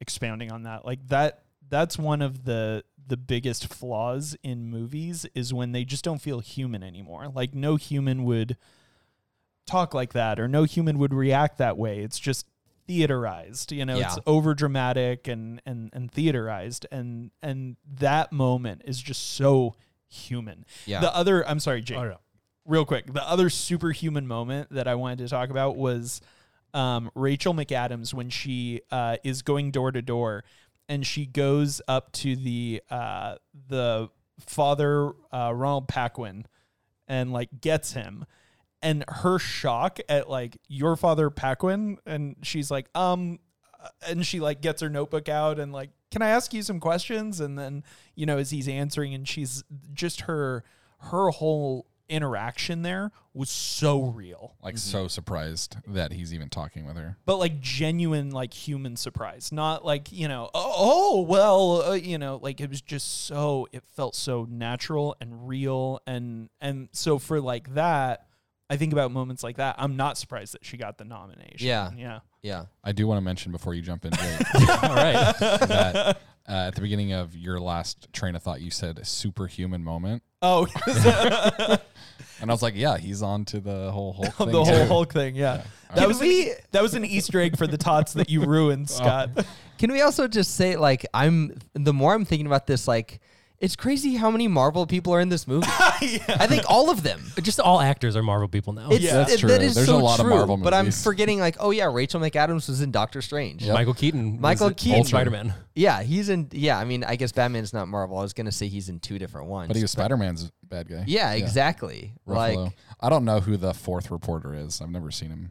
E: expounding on that like that that's one of the the biggest flaws in movies is when they just don't feel human anymore like no human would talk like that or no human would react that way it's just theaterized you know it's
H: Yeah.
E: over dramatic and and and theaterized and and that moment is just so human
H: Yeah.
E: the other i'm sorry jake real quick, the other superhuman moment that I wanted to talk about was um, Rachel McAdams when she uh, is going door to door, and she goes up to the uh, the father uh, Ronald Paquin, and like gets him. And her shock at like your father Paquin, and she's like, um, and she like gets her notebook out and like can i ask you some questions and then you know as he's answering and she's just her her whole interaction there was so real
G: Like
E: Mm-hmm.
G: so surprised that he's even talking with her.
E: but like genuine like human surprise not like you know oh, oh, well uh, you know like it was just so it felt so natural and real and and so for like that i think about moments like that i'm not surprised that she got the nomination
H: Yeah.
E: yeah
H: Yeah.
G: I do want to mention before you jump in, Jake,
F: All right.
G: that uh, at the beginning of your last train of thought, you said superhuman moment,
E: oh
G: and I was like, yeah, he's on to the whole Hulk thing.
E: the whole
G: too.
E: Hulk thing. Yeah, that
H: Can
E: was
H: we-
E: an, e, that was an Easter egg for the tots that you
H: Oh.
E: ruined, Scott.
H: Can we also just say like I'm the more I'm thinking about this, like it's crazy how many Marvel people are in this movie. I think all of them.
F: Just all actors are Marvel people now.
H: It's,
G: That's
H: it- That
G: true.
H: is
G: There's
H: so
G: a lot of
H: true,
G: Marvel
H: But I'm
G: movies.
H: forgetting, like, oh yeah, Rachel McAdams was in Doctor Strange.
F: Michael Keaton.
H: Michael Keaton.
F: Spider Man.
H: Yeah, he's in. Yeah, I mean, I guess Batman's not Marvel. I was gonna say he's in two different ones.
G: But he was Spider Man's bad guy.
H: Yeah, exactly.
G: Ruffalo.
H: Like,
G: I don't know who the fourth reporter is. I've never seen him.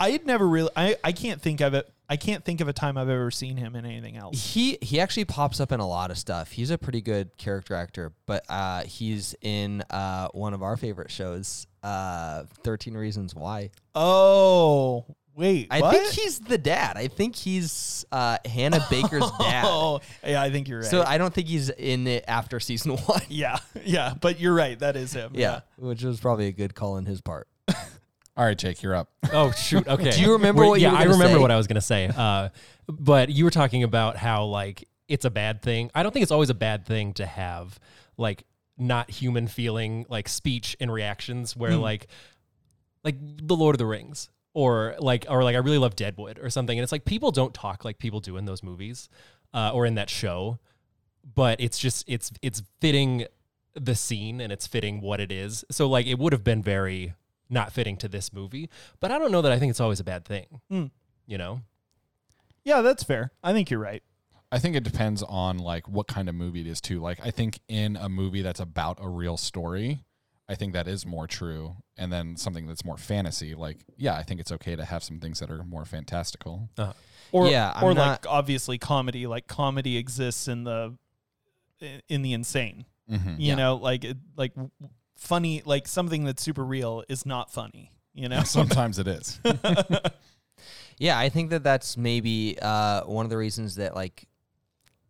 E: I had never really. I, I can't think of it. I can't think of a time I've ever seen him in anything else.
H: he he actually pops up in a lot of stuff. He's a pretty good character actor, but uh, he's in uh, one of our favorite shows, uh, Thirteen Reasons Why.
E: Oh wait,
H: I
E: what?
H: think he's the dad. I think he's uh, Hannah Baker's dad.
E: Oh yeah, I think you're right.
H: So I don't think he's in it after season one.
E: yeah, yeah, but you're right. That is him.
H: yeah, which was probably a good call on his part.
G: All right, Jake, you're up.
F: Oh shoot! Okay.
H: Do you remember
F: Wait,
H: what you
F: Yeah,
H: were
F: I
H: gonna
F: remember
H: say?
F: what I was gonna say. Uh, but you were talking about how like it's a bad thing. I don't think it's always a bad thing to have like not human feeling like speech and reactions where
H: Hmm.
F: like like the Lord of the Rings or like or like I really love Deadwood or something. And it's like people don't talk like people do in those movies uh, or in that show, but it's just it's it's fitting the scene and it's fitting what it is. So like it would have been very not fitting to this movie. But I don't know that I think it's always a bad thing.
H: Hmm.
F: You know,
E: Yeah, that's fair. I think you're right.
G: I think it depends on like what kind of movie it is too. Like I think in a movie that's about a real story, I think that is more true. And then something that's more fantasy, like yeah, I think it's okay to have some things that are more fantastical.
E: Or
H: Yeah, I'm
E: or
H: not-
E: like obviously comedy. Like comedy exists in the in- in the insane.
F: Mm-hmm.
E: You know, like it- like w- funny, like something that's super real is not funny. You know,
G: Sometimes it is.
H: Yeah, I think that that's maybe uh, one of the reasons that like.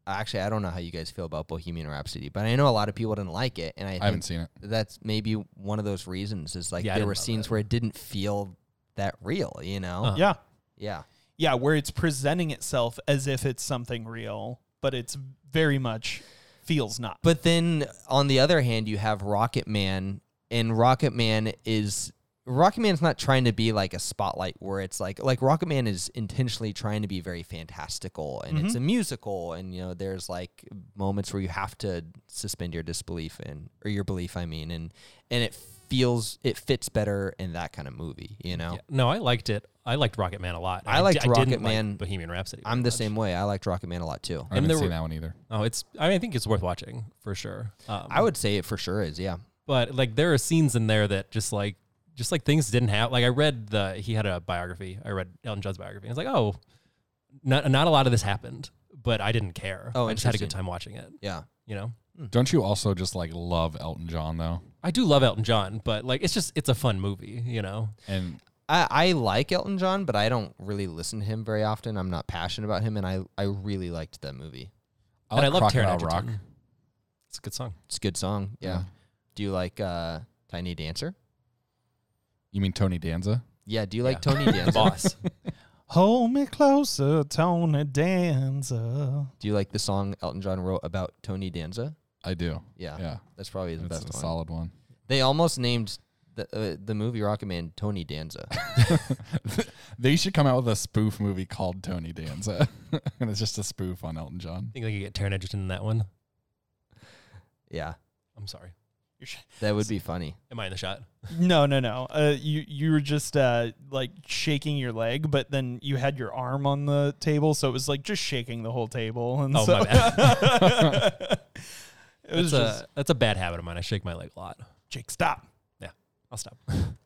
H: Actually, I don't know how you guys feel about Bohemian Rhapsody, but I know a lot of people didn't like it, and I, think
G: haven't seen it.
H: That's maybe one of those reasons is like
F: Yeah, I
H: there
F: didn't
H: were
F: love
H: scenes where it didn't feel that real, you know?
E: yeah,
H: Yeah,
E: yeah, where it's presenting itself as if it's something real, but it's very much feels not.
H: but then on the other hand, you have Rocket Man, and Rocket Man is Rocket Man's not trying to be like a spotlight where it's like like Rocket Man is intentionally trying to be very fantastical, and
F: Mm-hmm.
H: it's a musical, and you know there's like moments where you have to suspend your disbelief and or your belief, I mean, and and it feels it fits better in that kind of movie, you know.
F: Yeah. no, I liked it. I liked Rocket Man a lot.
H: I liked
F: di-
H: Rocket
F: didn't like
H: Man.
F: Bohemian Rhapsody.
H: I'm
F: very
H: the
F: much.
H: same way. I liked Rocket Man a lot too.
G: I
F: And
G: haven't
F: there
G: seen
F: were-
G: that one either.
F: Oh, it's. I mean, I think it's worth watching for sure. Um,
H: I would say it for sure is, yeah.
F: but like there are scenes in there that just like just like things didn't happen. Like I read the he had a biography. I read Elton John's biography. And I was like, oh, not not a lot of this happened, but I didn't care.
H: Oh,
F: I just had a good
H: interesting.
F: time watching it.
H: Yeah.
F: You know,
G: Don't you also just like love Elton John though?
F: I do love Elton John, but like it's just it's a fun movie. You know,
G: And
H: I, I like Elton John, but I don't really listen to him very often. I'm not passionate about him, and I, I really liked that movie.
G: I
F: And
G: like
F: I love Taron
G: Crocodile Rock.
F: Egerton. it's a good song.
H: It's a good song. Yeah. Do you like uh, Tiny Dancer?
G: You mean Tony Danza?
H: Yeah. Do you like Tony Danza?
F: Boss.
E: Hold me closer, Tony Danza.
H: Do you like the song Elton John wrote about Tony Danza?
G: I do.
H: Yeah.
G: Yeah.
H: That's probably his
G: That's
H: best
G: a
H: one.
G: solid one.
H: They almost named the uh, the movie Rocket Man Tony Danza.
G: They should come out with a spoof movie called Tony Danza. and it's just a spoof on Elton John.
F: think they could get Taron Egerton in that one.
H: yeah.
F: I'm sorry.
H: That would be funny.
F: Am I in the shot?
E: No, no, no. Uh, you you were just uh like shaking your leg, but then you had your arm on the table, so it was like just shaking the whole table, and
F: Oh
E: so
F: my bad.
E: it was
F: That's
E: just
F: a, that's a bad habit of mine. I shake my leg a lot.
E: Jake, stop.
F: Yeah, I'll stop.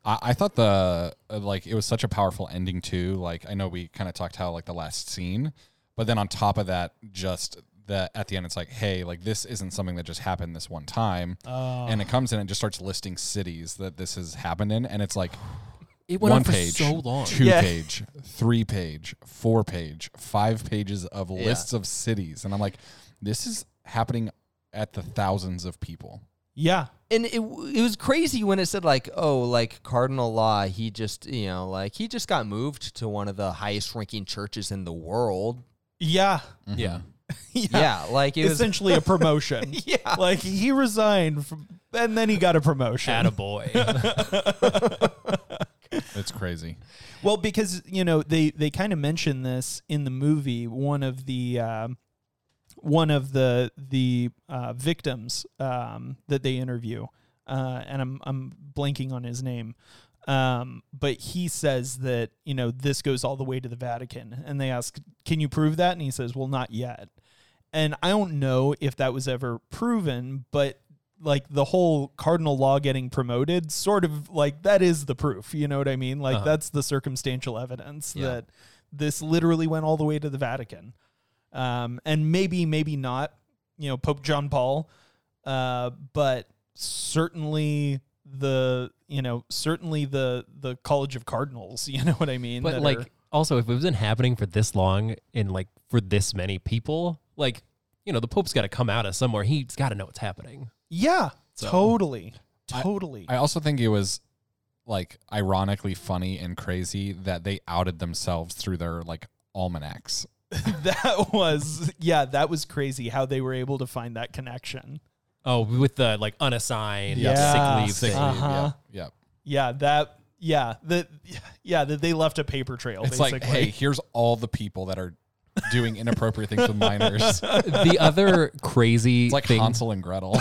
G: I, I thought the uh, like it was such a powerful ending too. Like I know we kind of talked how like the last scene, but then on top of that, just the at the end, it's like, hey, like this isn't something that just happened this one time, and it comes in and just starts listing cities that this has happened in, and it's like.
F: It went
G: One
F: on for
G: page,
F: so long.
G: two page, three page, four page, five pages of lists of cities, and I'm like, this is happening at the thousands of people.
E: Yeah,
H: and it, w- it was crazy when it said like oh like cardinal law he just you know like he just got moved to one of the highest ranking churches in the world
E: yeah,
F: Yeah.
H: yeah, like it was
E: essentially a promotion.
H: Yeah.
E: like he resigned, from, and then he got a promotion.
F: Attaboy.
G: It's crazy.
E: Well, because you know they they kind of mention this in the movie. One of the um, one of the the uh, victims um, that they interview, uh, and I'm I'm blanking on his name, um, but he says that you know this goes all the way to the Vatican, and they ask, "Can you prove that?" And he says, "Well, not yet." And I don't know if that was ever proven, but like the whole cardinal law getting promoted sort of like that is the proof you know what i mean like that's the circumstantial evidence that this literally went all the way to the vatican um, and maybe maybe not you know pope john paul uh, but certainly the you know certainly the the college of cardinals you know what i mean
F: but
E: that
F: like
E: are-
F: also if it was been happening for this long and like for this many people, like you know, the Pope's gotta come out of somewhere. He's gotta know what's happening.
E: yeah totally totally
G: I also think it was like ironically funny and crazy that they outed themselves through their like almanacs.
E: that was yeah that was crazy how they were able to find that connection
F: Oh, with the like unassigned
E: Yeah.
F: sick leave
E: Sick
F: thing.
E: leave. Uh-huh.
G: Yeah. yeah.
E: Yeah, that. Yeah, that. Yeah, that they left a paper trail.
G: It's
E: basically.
G: like, hey, here's all the people that are doing inappropriate things with minors. It's
F: the other crazy
G: like
F: thing
G: Hansel and Gretel.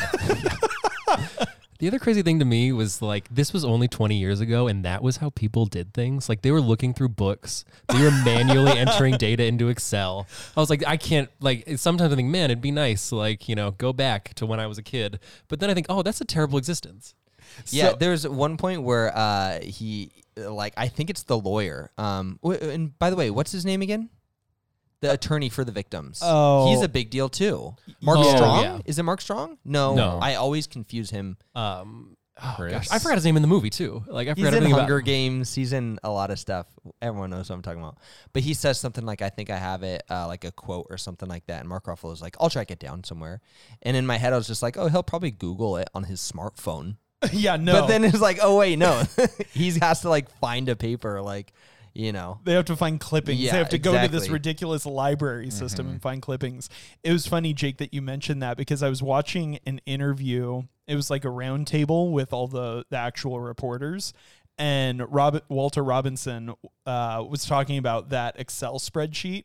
F: The other crazy thing to me was like this was only 20 years ago and that was how people did things. Like they were looking through books. They were manually entering data into Excel. I was like I can't like it's- sometimes I think man it'd be nice to like, you know, go back to when I was a kid. But then I think oh that's a terrible existence.
H: Yeah, there's one point where uh, he like I think it's the lawyer. Um, wh- and by the way, what's his name again?
F: Uh,
H: The attorney for the victims.
E: Oh.
H: he's a big deal too. Mark
F: Oh,
H: Strong
F: yeah.
H: is it Mark Strong? No,
F: No.
H: I always confuse him.
F: Um oh gosh,
G: Chris.
F: I forgot his name in the movie too. Like I
H: He's
F: forgot
H: in
F: everything
H: Hunger
F: about
H: Games. He's in a lot of stuff. Everyone knows what I'm talking about. But he says something like, "I think I have it," uh, like a quote or something like that. And Mark Ruffalo is like, "I'll track it down somewhere." And in my head, I was just like, "Oh, he'll probably Google it on his smartphone."
E: yeah, no.
H: But then it's like, "Oh wait, no, he has to like find a paper, like you know."
E: They have to find clippings.
H: Yeah,
E: they have to go to this
H: exactly.
E: ridiculous library system and find clippings. It was funny, Jake, that you mentioned that because I was watching an interview. It was like a round table with all the, the actual reporters. And Robert Walter Robinson uh, was talking about that Excel spreadsheet.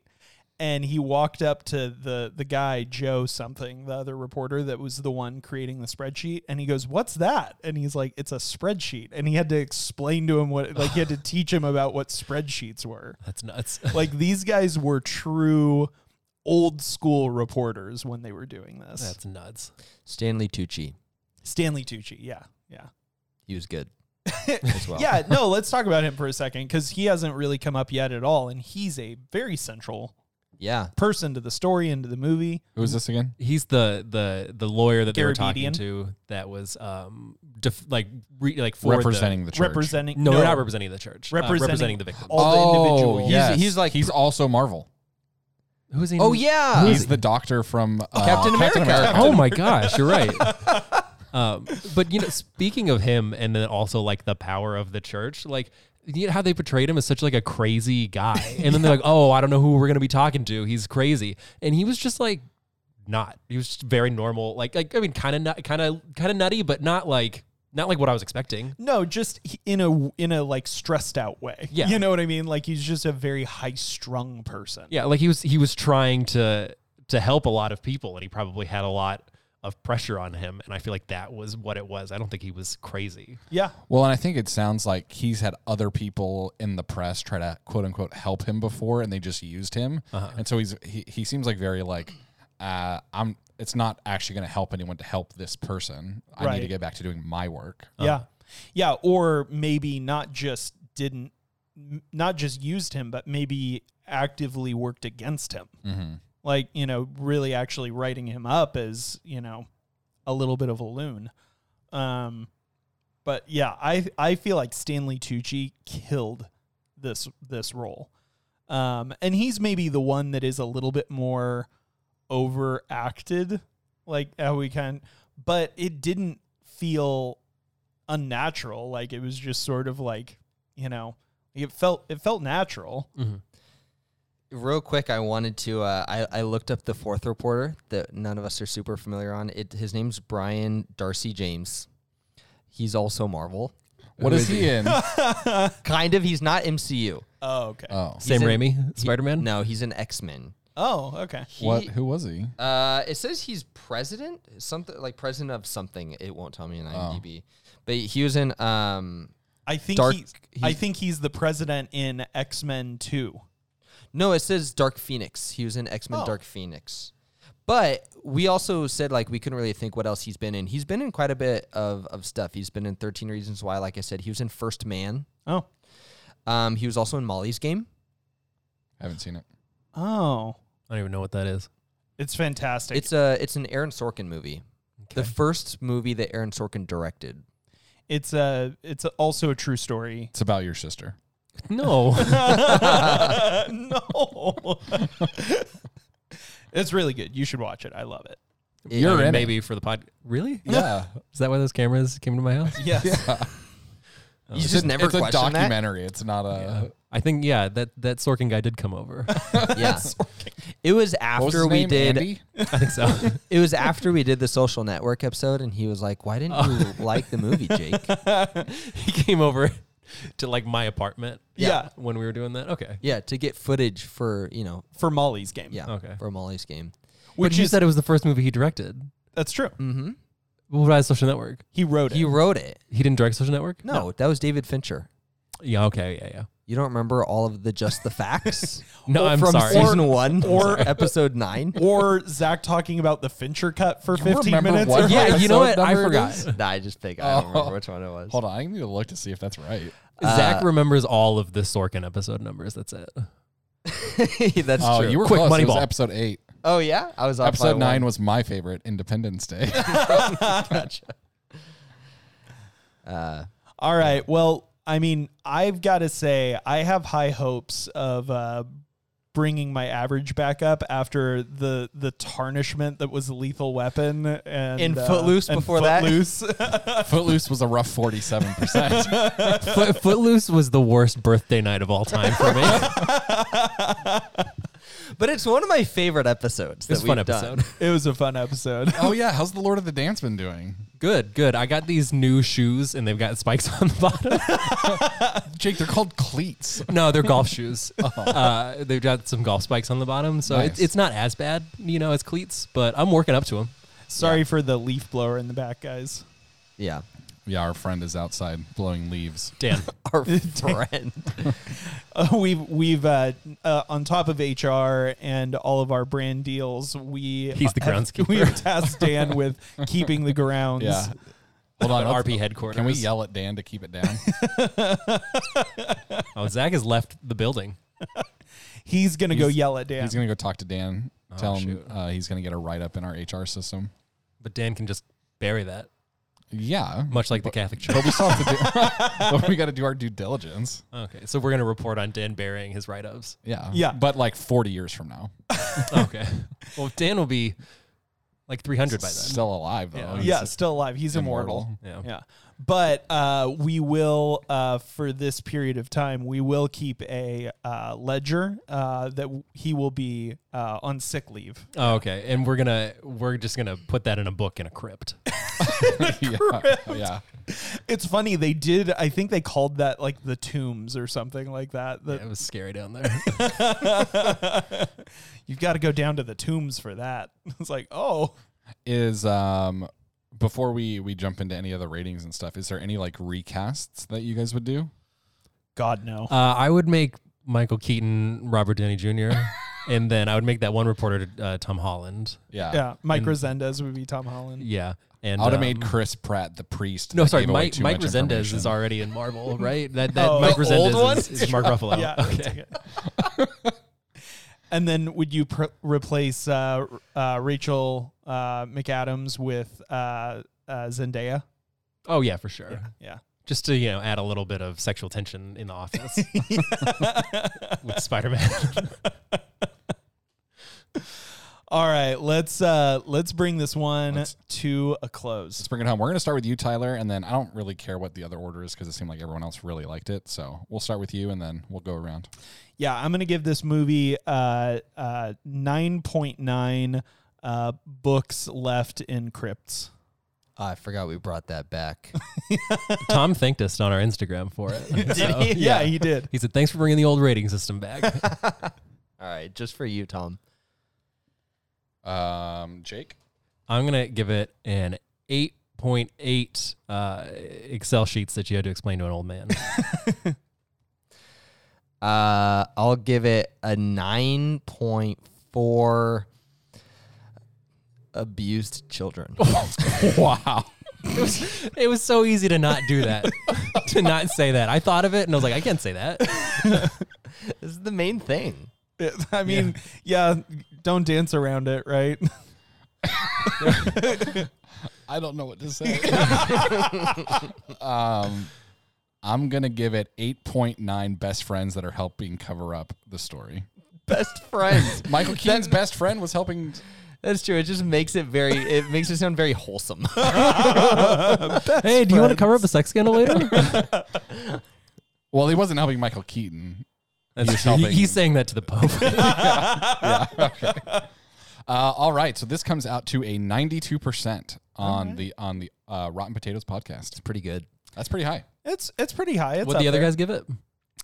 E: And he walked up to the the guy, Joe something, the other reporter that was the one creating the spreadsheet, and he goes, What's that? And he's like, It's a spreadsheet. And he had to explain to him what like he had to teach him about what spreadsheets were
F: That's nuts.
E: like these guys were true old school reporters when they were doing this.
F: That's nuts.
H: Stanley Tucci,
E: Stanley Tucci, yeah. Yeah.
H: he was good as
F: Oh.
H: well.
E: Yeah, no, let's talk about him for a second cuz he hasn't really come up yet at all and he's a very central
H: yeah.
E: person to the story and to the movie.
G: Who is this again?
F: He's the the the lawyer that they were talking
E: Garabedian.
F: to that was um def- like re- like for the-
G: representing the, church.
E: Representing
F: no, not representing the church. uh,
E: Representing-
F: representing the victims.
E: all the individuals.
G: He's,
H: yes. he's like-
G: Oh, he's also Marvel.
F: Who's he?
H: Oh yeah,
G: He's the doctor from uh,
H: Captain America.
F: Oh my gosh, you're right. um, but you know, speaking of him, and then also like the power of the church, like you know how they portrayed him as such like a crazy guy, and then they're like, oh, I don't know who we're gonna be talking to. He's crazy, and he was just like not. He was just very normal. Like like I mean, kind of nut, kind of kind of nutty, but not like not like what I was expecting.
E: No, just he- in a in a like stressed out way.
F: Yeah.
E: You know what I mean? Like he's just a very high strung person.
F: Yeah, like he was he was trying to to help a lot of people, and he probably had a lot of pressure on him, and I feel like that was what it was. I don't think he was crazy.
E: Yeah.
G: Well, and I think it sounds like he's had other people in the press try to quote unquote help him before, and they just used him. And so he's he, he seems like very like uh, I'm. It's not actually going to help anyone to help this person. I need to
E: Right. Uh,
G: get back to doing my work.
E: Yeah. Yeah. Or maybe not just didn't, m- not just used him, but maybe actively worked against him. Like, you know, really actually writing him up as, you know, a little bit of a loon. Um, but yeah, I, I feel like Stanley Tucci killed this, this role. Um, and he's maybe the one that is a little bit more overacted, like how we can, but it didn't feel unnatural. Like it was just sort of like, you know, it felt it felt natural.
H: Real quick, I wanted to. Uh, I I looked up the fourth reporter that none of us are super familiar on. It his name's Brian Darcy James. He's also Marvel.
G: What is he in?
H: Kind of. He's not MCU.
E: Oh, okay.
G: Oh,
F: Sam
H: in-
F: Raimi, Spider Man.
H: No, he's an X Men.
E: oh, okay.
G: what? Who was he?
H: Uh, it says he's president, something like president of something. It won't tell me
G: Oh.
H: in IMDb, but he was in. Um,
E: I think
H: Dark-
E: he's, I think he's the president in X Men Two.
H: no, it says Dark Phoenix. He was in X Men
E: Oh.
H: Dark Phoenix, but we also said like we couldn't really think what else he's been in. He's been in quite a bit of of stuff. He's been in Thirteen Reasons Why. Like I said, he was in First Man.
E: Oh,
H: Um, he was also in Molly's Game.
G: I haven't seen it.
E: oh,
F: I don't even know what that is.
E: it's fantastic. It's
H: It's a it's an Aaron Sorkin movie. The first movie that Aaron Sorkin directed.
E: it's a it's a, also a true story.
G: It's about your sister.
F: No.
E: no, it's really good. You should watch it. I love it.
F: I
G: You're
F: mean,
G: in it.
F: maybe for the pod. Really?
G: Yeah,
F: Is that why those cameras came to my house?
E: Yes.
H: you just never
G: Oh. it's a
H: question that.
G: documentary. It's not a.
F: Uh, I think yeah. That that Sorkin guy did come over.
H: Yeah. It was
G: What was his
H: after we
G: name?
H: did
G: Andy?
F: I think so.
H: it was after we did the social network episode and he was like, "Why
G: Oh.
H: didn't you like the movie, Jake?"
F: he came over to like my apartment.
E: Yeah.
F: When we were doing that. Okay.
H: Yeah, to get footage for, you know,
E: For Molly's game.
H: yeah,
F: Okay.
H: for Molly's game.
F: But
E: Which
F: you
E: is
F: said it was the first movie he directed.
E: that's true.
F: What about Social Network?
E: He wrote it.
H: He wrote it.
F: He didn't direct Social Network.
H: No, that was David Fincher.
F: Yeah. Okay. Yeah. Yeah.
H: You don't remember all of the just the facts?
F: No,
H: Or
F: I'm
H: from
F: sorry.
H: season one
E: Or-
H: or episode nine.
E: or Zach talking about the Fincher cut for 15
G: remember
E: minutes.
G: what?
F: Yeah. You know what?
G: Episode
F: I
G: number it
F: forgot.
G: is?
H: nah, I just think I don't remember
G: Oh.
H: which one it was.
G: Hold on, I need to look to see if that's right.
F: Zach remembers all of the Sorkin episode numbers. That's it.
H: That's
G: oh,
H: true.
G: you were
F: Quick,
G: close. It was
F: Moneyball.
G: episode eight.
H: oh yeah, I was off by
G: episode nine
H: one.
G: was my favorite, Independence Day.
H: Gotcha. Uh,
E: All right. Well, I mean, I've got to say, I have high hopes of uh, bringing my average back up after the the tarnishment that was Lethal Weapon and
H: And
E: uh,
H: Footloose
E: and
H: before that.
E: Footloose.
G: Footloose was a rough forty-seven percent.
F: Foot, Footloose was the worst birthday night of all time for me.
H: but it's one of my favorite episodes
F: It's a
H: that we've
F: fun
H: done.
F: episode.
E: it was a fun episode.
G: Oh yeah, how's the Lord of the Dance been doing?
F: Good, good. I got these new shoes and they've got spikes on the bottom.
G: Jake, they're called cleats.
F: no, they're golf shoes. Uh, they've got some golf spikes on the bottom, so
G: Nice.
F: it's it's not as bad, you know, as cleats. But I'm working up to them.
E: Sorry for the leaf blower in the back, guys.
H: Yeah,
G: Yeah, our friend is outside blowing leaves.
F: Dan,
H: our friend.
E: Uh, we've we've uh, uh, on top of HR and all of our brand deals, we
F: He's the
E: have-
F: groundskeeper.
E: We have tasked Dan with keeping the grounds.
G: Yeah. Hold
F: at
G: on, let's-
F: RP headquarters.
G: Can we yell at Dan to keep it down?
F: Oh, Zach has left the building.
E: He's gonna go
G: He's-
E: yell at Dan.
G: He's gonna go talk to Dan.
F: Oh,
G: tell him
F: shoot.
G: uh, he's gonna get a write-up in our HR system.
F: But Dan can just bury that,
G: Yeah,
F: much like the Catholic Church.
G: but we still have to do. but we got to do our due diligence.
F: Okay, so we're gonna report on Dan burying his write-ups.
G: Yeah,
E: Yeah.
G: But like forty years from now,
F: Okay. well, Dan will be like 300 by then.
G: still alive though.
F: Yeah.
G: He's
E: yeah, still alive. He's immortal.
G: immortal.
F: Yeah.
E: Yeah. But uh, we will, uh, for this period of time, we will keep a uh, ledger uh, that w- he will be uh, on sick leave.
F: Oh, okay. And we're gonna we're just gonna put that in a book in a crypt.
G: yeah. yeah.
E: It's funny. They did, I think they called that like the tombs or something like that. that
F: It was scary down there.
E: You've got to go down to the tombs for that. It's like, oh,
G: Is um before we we jump into any other ratings and stuff, is there any like recasts that you guys would do?
E: God, no.
F: uh, I would make Michael Keaton, Robert Denny Jr., and then I would make that one reporter uh, Tom Holland.
G: Yeah.
E: yeah. Mike
F: and-
E: Resendez would be Tom Holland.
F: Yeah. And
G: I would have
F: um,
G: made Chris Pratt the priest.
F: No,
G: that
F: sorry,
G: gave away
F: Mike
G: too
F: Mike
G: much
F: Resendez is
G: information.
F: already in Marvel, right? That that
E: Oh,
F: Mike
E: the
F: Resendez
E: old one?
F: is, is Mark Ruffalo.
E: Yeah.
F: Oh, Okay.
E: And then would you pr- replace uh, uh, Rachel uh, McAdams with uh, uh, Zendaya?
F: Oh yeah, for sure.
E: Yeah.
F: Just to, you know, add a little bit of sexual tension in the office with Spider Man.
E: All right, let's uh let's bring this one
G: Let's-
E: to a close.
G: Let's bring it home. We're going to start with you, Tyler, and then I don't really care what the other order is because it seemed like everyone else really liked it. So we'll start with you, and then we'll go around.
E: Yeah, I'm gonna give this movie uh uh nine point nine uh books left in crypts.
H: I forgot we brought that back.
F: Tom thanked us on our Instagram for it. So,
E: he? Yeah. he did.
F: He said, "Thanks for bringing the old rating system back."
H: All right, just for you, Tom.
G: Um, Jake,
F: I'm gonna give it an 8.8 uh, Excel sheets that you had to explain to an old man.
H: Uh, I'll give it a 9.4 abused children.
G: wow,
F: it, was, it was so easy to not do that, to not say that. I thought of it and I was like, "I can't say that."
H: this is the main thing.
E: I mean, yeah. don't dance around it, right?
G: I don't know what to say. um, I'm going to give it eight point nine best friends that are helping cover up the story.
H: Best friends.
G: Michael Keaton's best friend was helping.
H: That's true. It just makes it very. It makes it sound very wholesome.
F: hey, do you want to cover up a sex scandal later?
G: Well, he wasn't helping Michael Keaton.
F: That's
G: was
F: true. He-
G: helping.
F: he's saying that to the Pope.
G: Uh, all right, so this comes out to a 92 percent on the on the uh, Rotten Potatoes podcast.
H: Pretty good.
G: That's pretty high.
E: It's it's pretty high. It's
F: what the
E: up
F: other
E: there.
F: guys give it?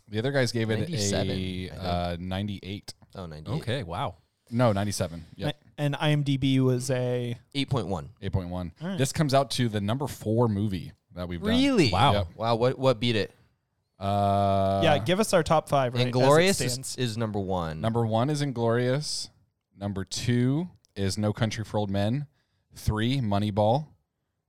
G: The other guys gave it
H: 97, I
G: a
H: think.
G: uh, 98.
H: Oh, 98.
F: Okay, wow.
G: No, 97. Yeah.
E: A- and IMDb was a
H: 8.1.
G: 8.1. This comes out to the number four movie that we've done.
H: Wow.
G: Yep.
H: Wow. What what beat it?
G: Uh,
E: yeah. give us our top five. Right, as it
H: Inglorious is,
E: stands.
H: is number one.
G: Number one is Inglorious. Number two is No Country for Old Men. Three, Moneyball.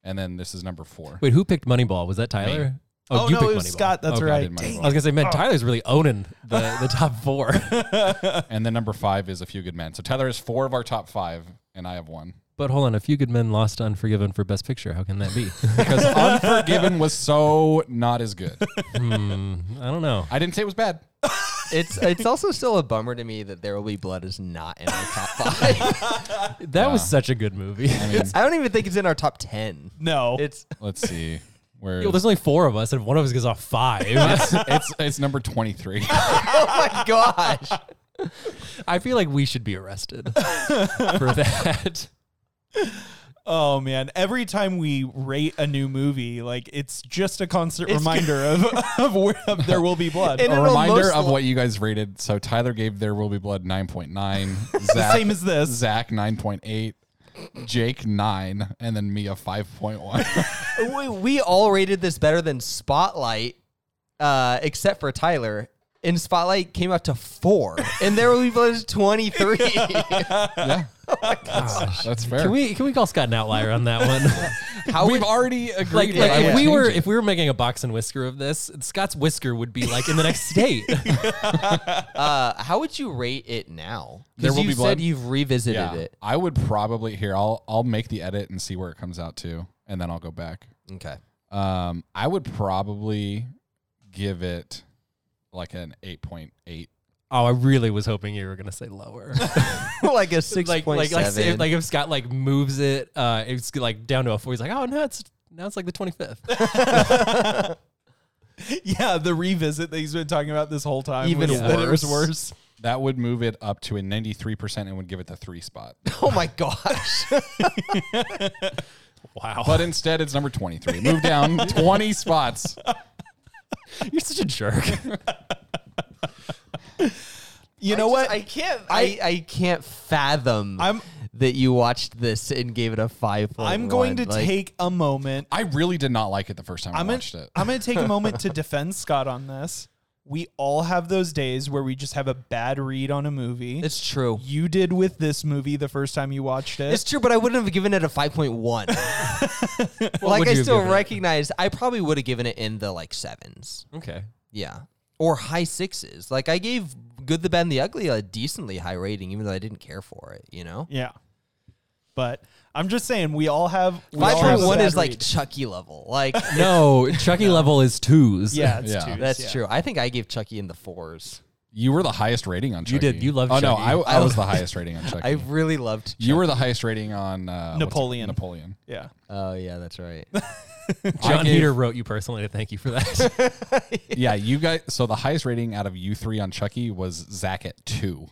G: And then this is number four.
F: Wait, who picked Moneyball? Was that Tyler?
E: Oh,
F: you
E: no,
F: picked
E: it was
F: Moneyball.
E: Scott. That's
G: Okay, I
E: right.
G: did Moneyball.
F: I was gonna say, man, Tyler's really owning the, the top four.
G: And then number five is A Few Good Men. So Tyler has four of our top five, and I have one.
F: but hold on, a few good men lost to Unforgiven for Best Picture. How can that be?
G: Because Unforgiven was so not as good.
F: I don't know.
G: I didn't say it was bad.
H: It's it's also still a bummer to me that There Will Be Blood is not in our top five.
F: That was such a good movie.
H: I don't even think it's in our top ten.
E: No,
H: It's
G: Let's see. Where
F: Yo, there's only four of us, and one of us gets off five.
G: it's, it's, it's number 23.
H: oh my gosh.
F: I feel like we should be arrested for that.
E: Oh man! Every time we rate a new movie, like it's just a constant reminder of of where of there will be blood.
G: a
H: And it'll
G: reminder
H: most
G: of
H: li-
G: what you guys rated. So Tyler gave There Will Be Blood 9.9. Zach,
E: Same as this.
G: Zach 9.8. Jake 9. And then Mia 5.1.
H: we, we all rated this better than Spotlight, uh, except for Tyler. And Spotlight came out to four, and there we was twenty three.
G: That's fair.
F: Can we can we call Scott an outlier on that one?
H: How
G: We've
H: would-
G: already agreed.
F: like,
G: that
F: like,
G: I would
F: if we
G: change
F: were
G: it.
F: if we were making a box and whisker of this, Scott's whisker would be like in the next state.
H: uh, how would you rate it now?
G: There
H: Because
G: Will
H: you
G: Be
H: said
G: Blood?
H: you've revisited
G: yeah,
H: it.
G: I would probably here. I'll I'll make the edit and see where it comes out to, and then I'll go back.
H: Okay,
G: Um, I would probably give it like an eight point eight.
F: oh, I really was hoping you were gonna say lower.
H: like a six
F: like
H: point
F: like like,
H: seven.
F: if, like if Scott like moves it, uh, it's like down to a four. He's like, oh no, it's now it's like the twenty fifth.
E: yeah, the revisit that he's been talking about this whole time.
F: Even
E: was that it was
F: worse.
E: worse.
G: That would move it up to a ninety three percent and would give it the three spot.
H: oh my gosh!
F: Wow,
G: But instead, it's number twenty three. Move down twenty spots.
F: you're such a jerk.
E: You know what?
H: I can't. I, I can't fathom
E: I'm-
H: that you watched this and gave it a five.
E: I'm going to take a moment.
G: I really did not like it the first time
E: I'm
G: I
E: gonna,
G: watched it.
E: I'm going to take a moment to defend Scott on this. We all have those days where we just have a bad read on a movie.
H: It's true.
E: you did with this movie the first time you watched it.
H: It's true, but I wouldn't have given it a 5.1. like,
F: would
H: I
F: you have
H: still
F: given it?
H: recognize, I probably would have given it in the like sevens.
F: okay,
H: Yeah. Or high sixes. Like, I gave Good, the Bad, and the Ugly a decently high rating, even though I didn't care for it, you know?
E: yeah. But I'm just saying, we all have. we all have a
H: 5.1
E: bad
H: is like
E: read.
H: Chucky level. Like,
F: no, Oh, Chucky level is twos.
E: Yeah, it's
G: Yeah.
E: twos,
H: that's
E: yeah.
H: true. I think I gave Chucky in the fours.
G: You were the highest rating on. Chucky.
F: You did. You loved
G: Oh no,
F: Chucky.
G: I, I was the highest rating on Chucky.
H: I really loved.
G: you were the highest rating on uh, what's it-
E: Napoleon.
G: Napoleon.
E: Yeah.
H: Oh, yeah, that's right.
F: John
G: gave-
F: Heater wrote you personally to thank you for that.
G: Yeah, you guys. So the highest rating out of you three on Chucky was Zach at two.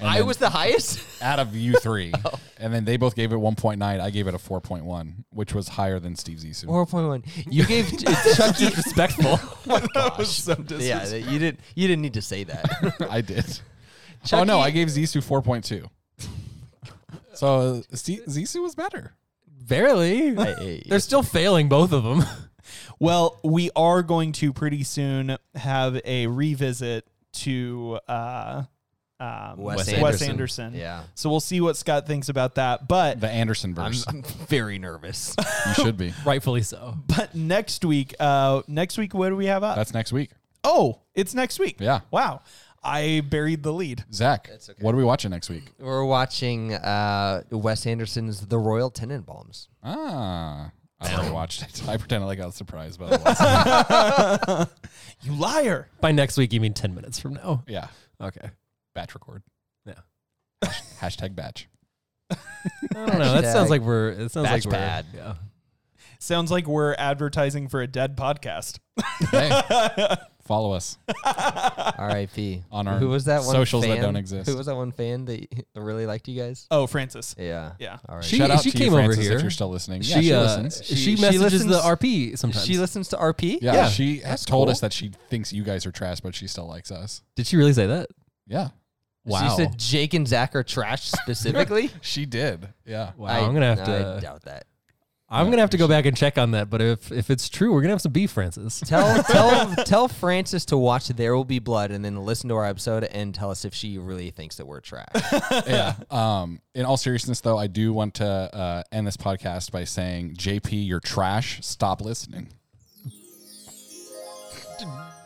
H: I was the highest?
G: out of you three.
F: Oh.
G: And then they both gave it 1.9. I gave it a 4.1, which was higher than Steve Zissou.
H: 4.1. You gave Chucky.
F: Disrespectful.
H: That was so yeah, that- you didn't. You didn't need to say that.
G: I did. oh, no,
F: E.
H: Chucky-
G: I gave Zissou 4.2. So Z- Zissou was better.
F: Barely.
H: hey.
F: They're still failing both of them.
E: Well, we are going to pretty soon have a revisit to uh, um,
H: Wes
E: Wes
H: Anderson.
E: Anderson.
H: Yeah.
E: So well see what Scott thinks about that. But
G: The Anderson verse.
H: I'm very nervous.
G: you should be.
F: Rightfully so.
E: but next week, uh, next week, what do we have up?
G: That's next week.
E: oh, it's next week.
G: Yeah.
E: Wow. I buried the lead.
G: Zach, what are we watching next week?
H: We're watching uh, Wes Anderson's The Royal Tenenbaums.
G: Ah, I already watched it. I pretended like I was surprised, but I wasn't.
E: You liar.
F: By next week, you mean 10 minutes from now.
G: yeah.
F: Okay.
G: Batch record.
F: Yeah.
G: Hash- hashtag batch.
F: I don't know. That
H: Hashtag
F: sounds like we're, it sounds
H: batch
F: like we're,
H: pad.
F: yeah.
E: Sounds like we're advertising for a dead podcast.
G: Hey, follow us.
H: R.I.P.
G: On our
H: Who was that one
G: socials that
H: fan?
G: don't exist.
H: Who was that one fan that really liked you guys?
E: Oh, Francis.
H: Yeah.
E: Yeah.
H: All right.
F: She,
G: Shout out
F: she
G: to you,
F: came over
G: Francis,
F: here.
G: if you're still listening.
F: she,
G: yeah, she
F: uh,
G: listens.
F: She,
H: She
F: messages the
H: listens-
F: RP sometimes.
H: she listens to RP.
G: Yeah,
F: Yeah,
G: she has
H: that's
G: told
H: cool.
G: us that she thinks you guys are trash, but she still likes us.
F: Did she really say that?
G: Yeah.
F: Wow.
H: So you said Jake and Zach are trash specifically?
G: She did. Yeah.
F: wow. I, am gonna have
H: I
F: to.
H: doubt that.
F: I'm gonna have to go back and check on that. But if if it's true, we're gonna have some beef, Francis.
H: Tell tell tell Francis to watch There Will Be Blood and then listen to our episode and tell us if she really thinks that we're trash.
G: yeah. Um, in all seriousness, though, I do want to uh, end this podcast by saying, JP, you're trash. Stop listening.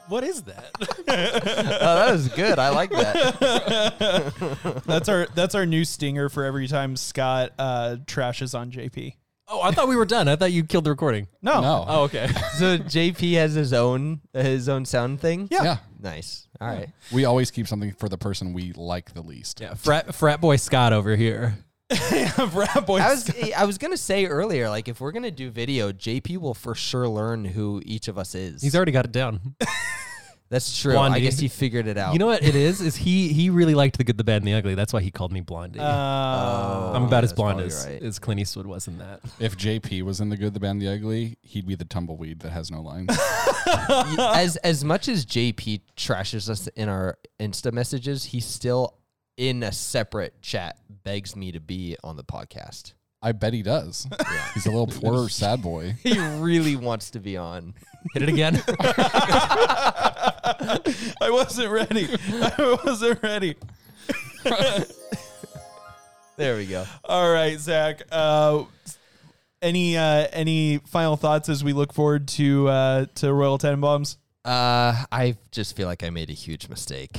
F: What is that?
H: oh, that was good. I like that.
E: That's our that's our new stinger for every time Scott uh, trashes on JP.
F: oh, I thought we were done. I thought you killed the recording.
E: No,
G: No.
F: Oh, okay.
H: So JP has his own his own sound thing.
E: Yeah.
G: Yeah.
H: Nice. All right.
G: We always keep something for the person we like the least.
F: Yeah, frat frat boy Scott over here.
E: Rat boy.
H: I was I was gonna say earlier, like if we're gonna do video, JP will for sure learn who each of us is.
F: He's already got it down.
H: That's true. I
F: Blondie.
H: guess he figured it out.
F: You know what it is? Is he he really liked the good, the bad, and the ugly. That's why he called me Blondie.
E: Uh,
F: I'm about
H: Oh, yeah,
F: as
H: that's
F: blonde
H: probably
F: as,
H: right.
F: as Clint Eastwood was in that.
G: If JP was in The Good, the Bad, and the Ugly, he'd be the tumbleweed that has no lines.
H: as as much as JP trashes us in our Insta messages, he still in a separate chat begs me to be on the podcast.
G: I bet he does. He's a little poor, sad boy.
H: He really wants to be on.
F: Hit it again.
E: I wasn't ready. I wasn't ready.
H: There we go.
E: All right, Zach. Uh, any uh, any final thoughts as we look forward to uh, to Royal Tenenbaums?
H: Uh, I just feel like I made a huge mistake.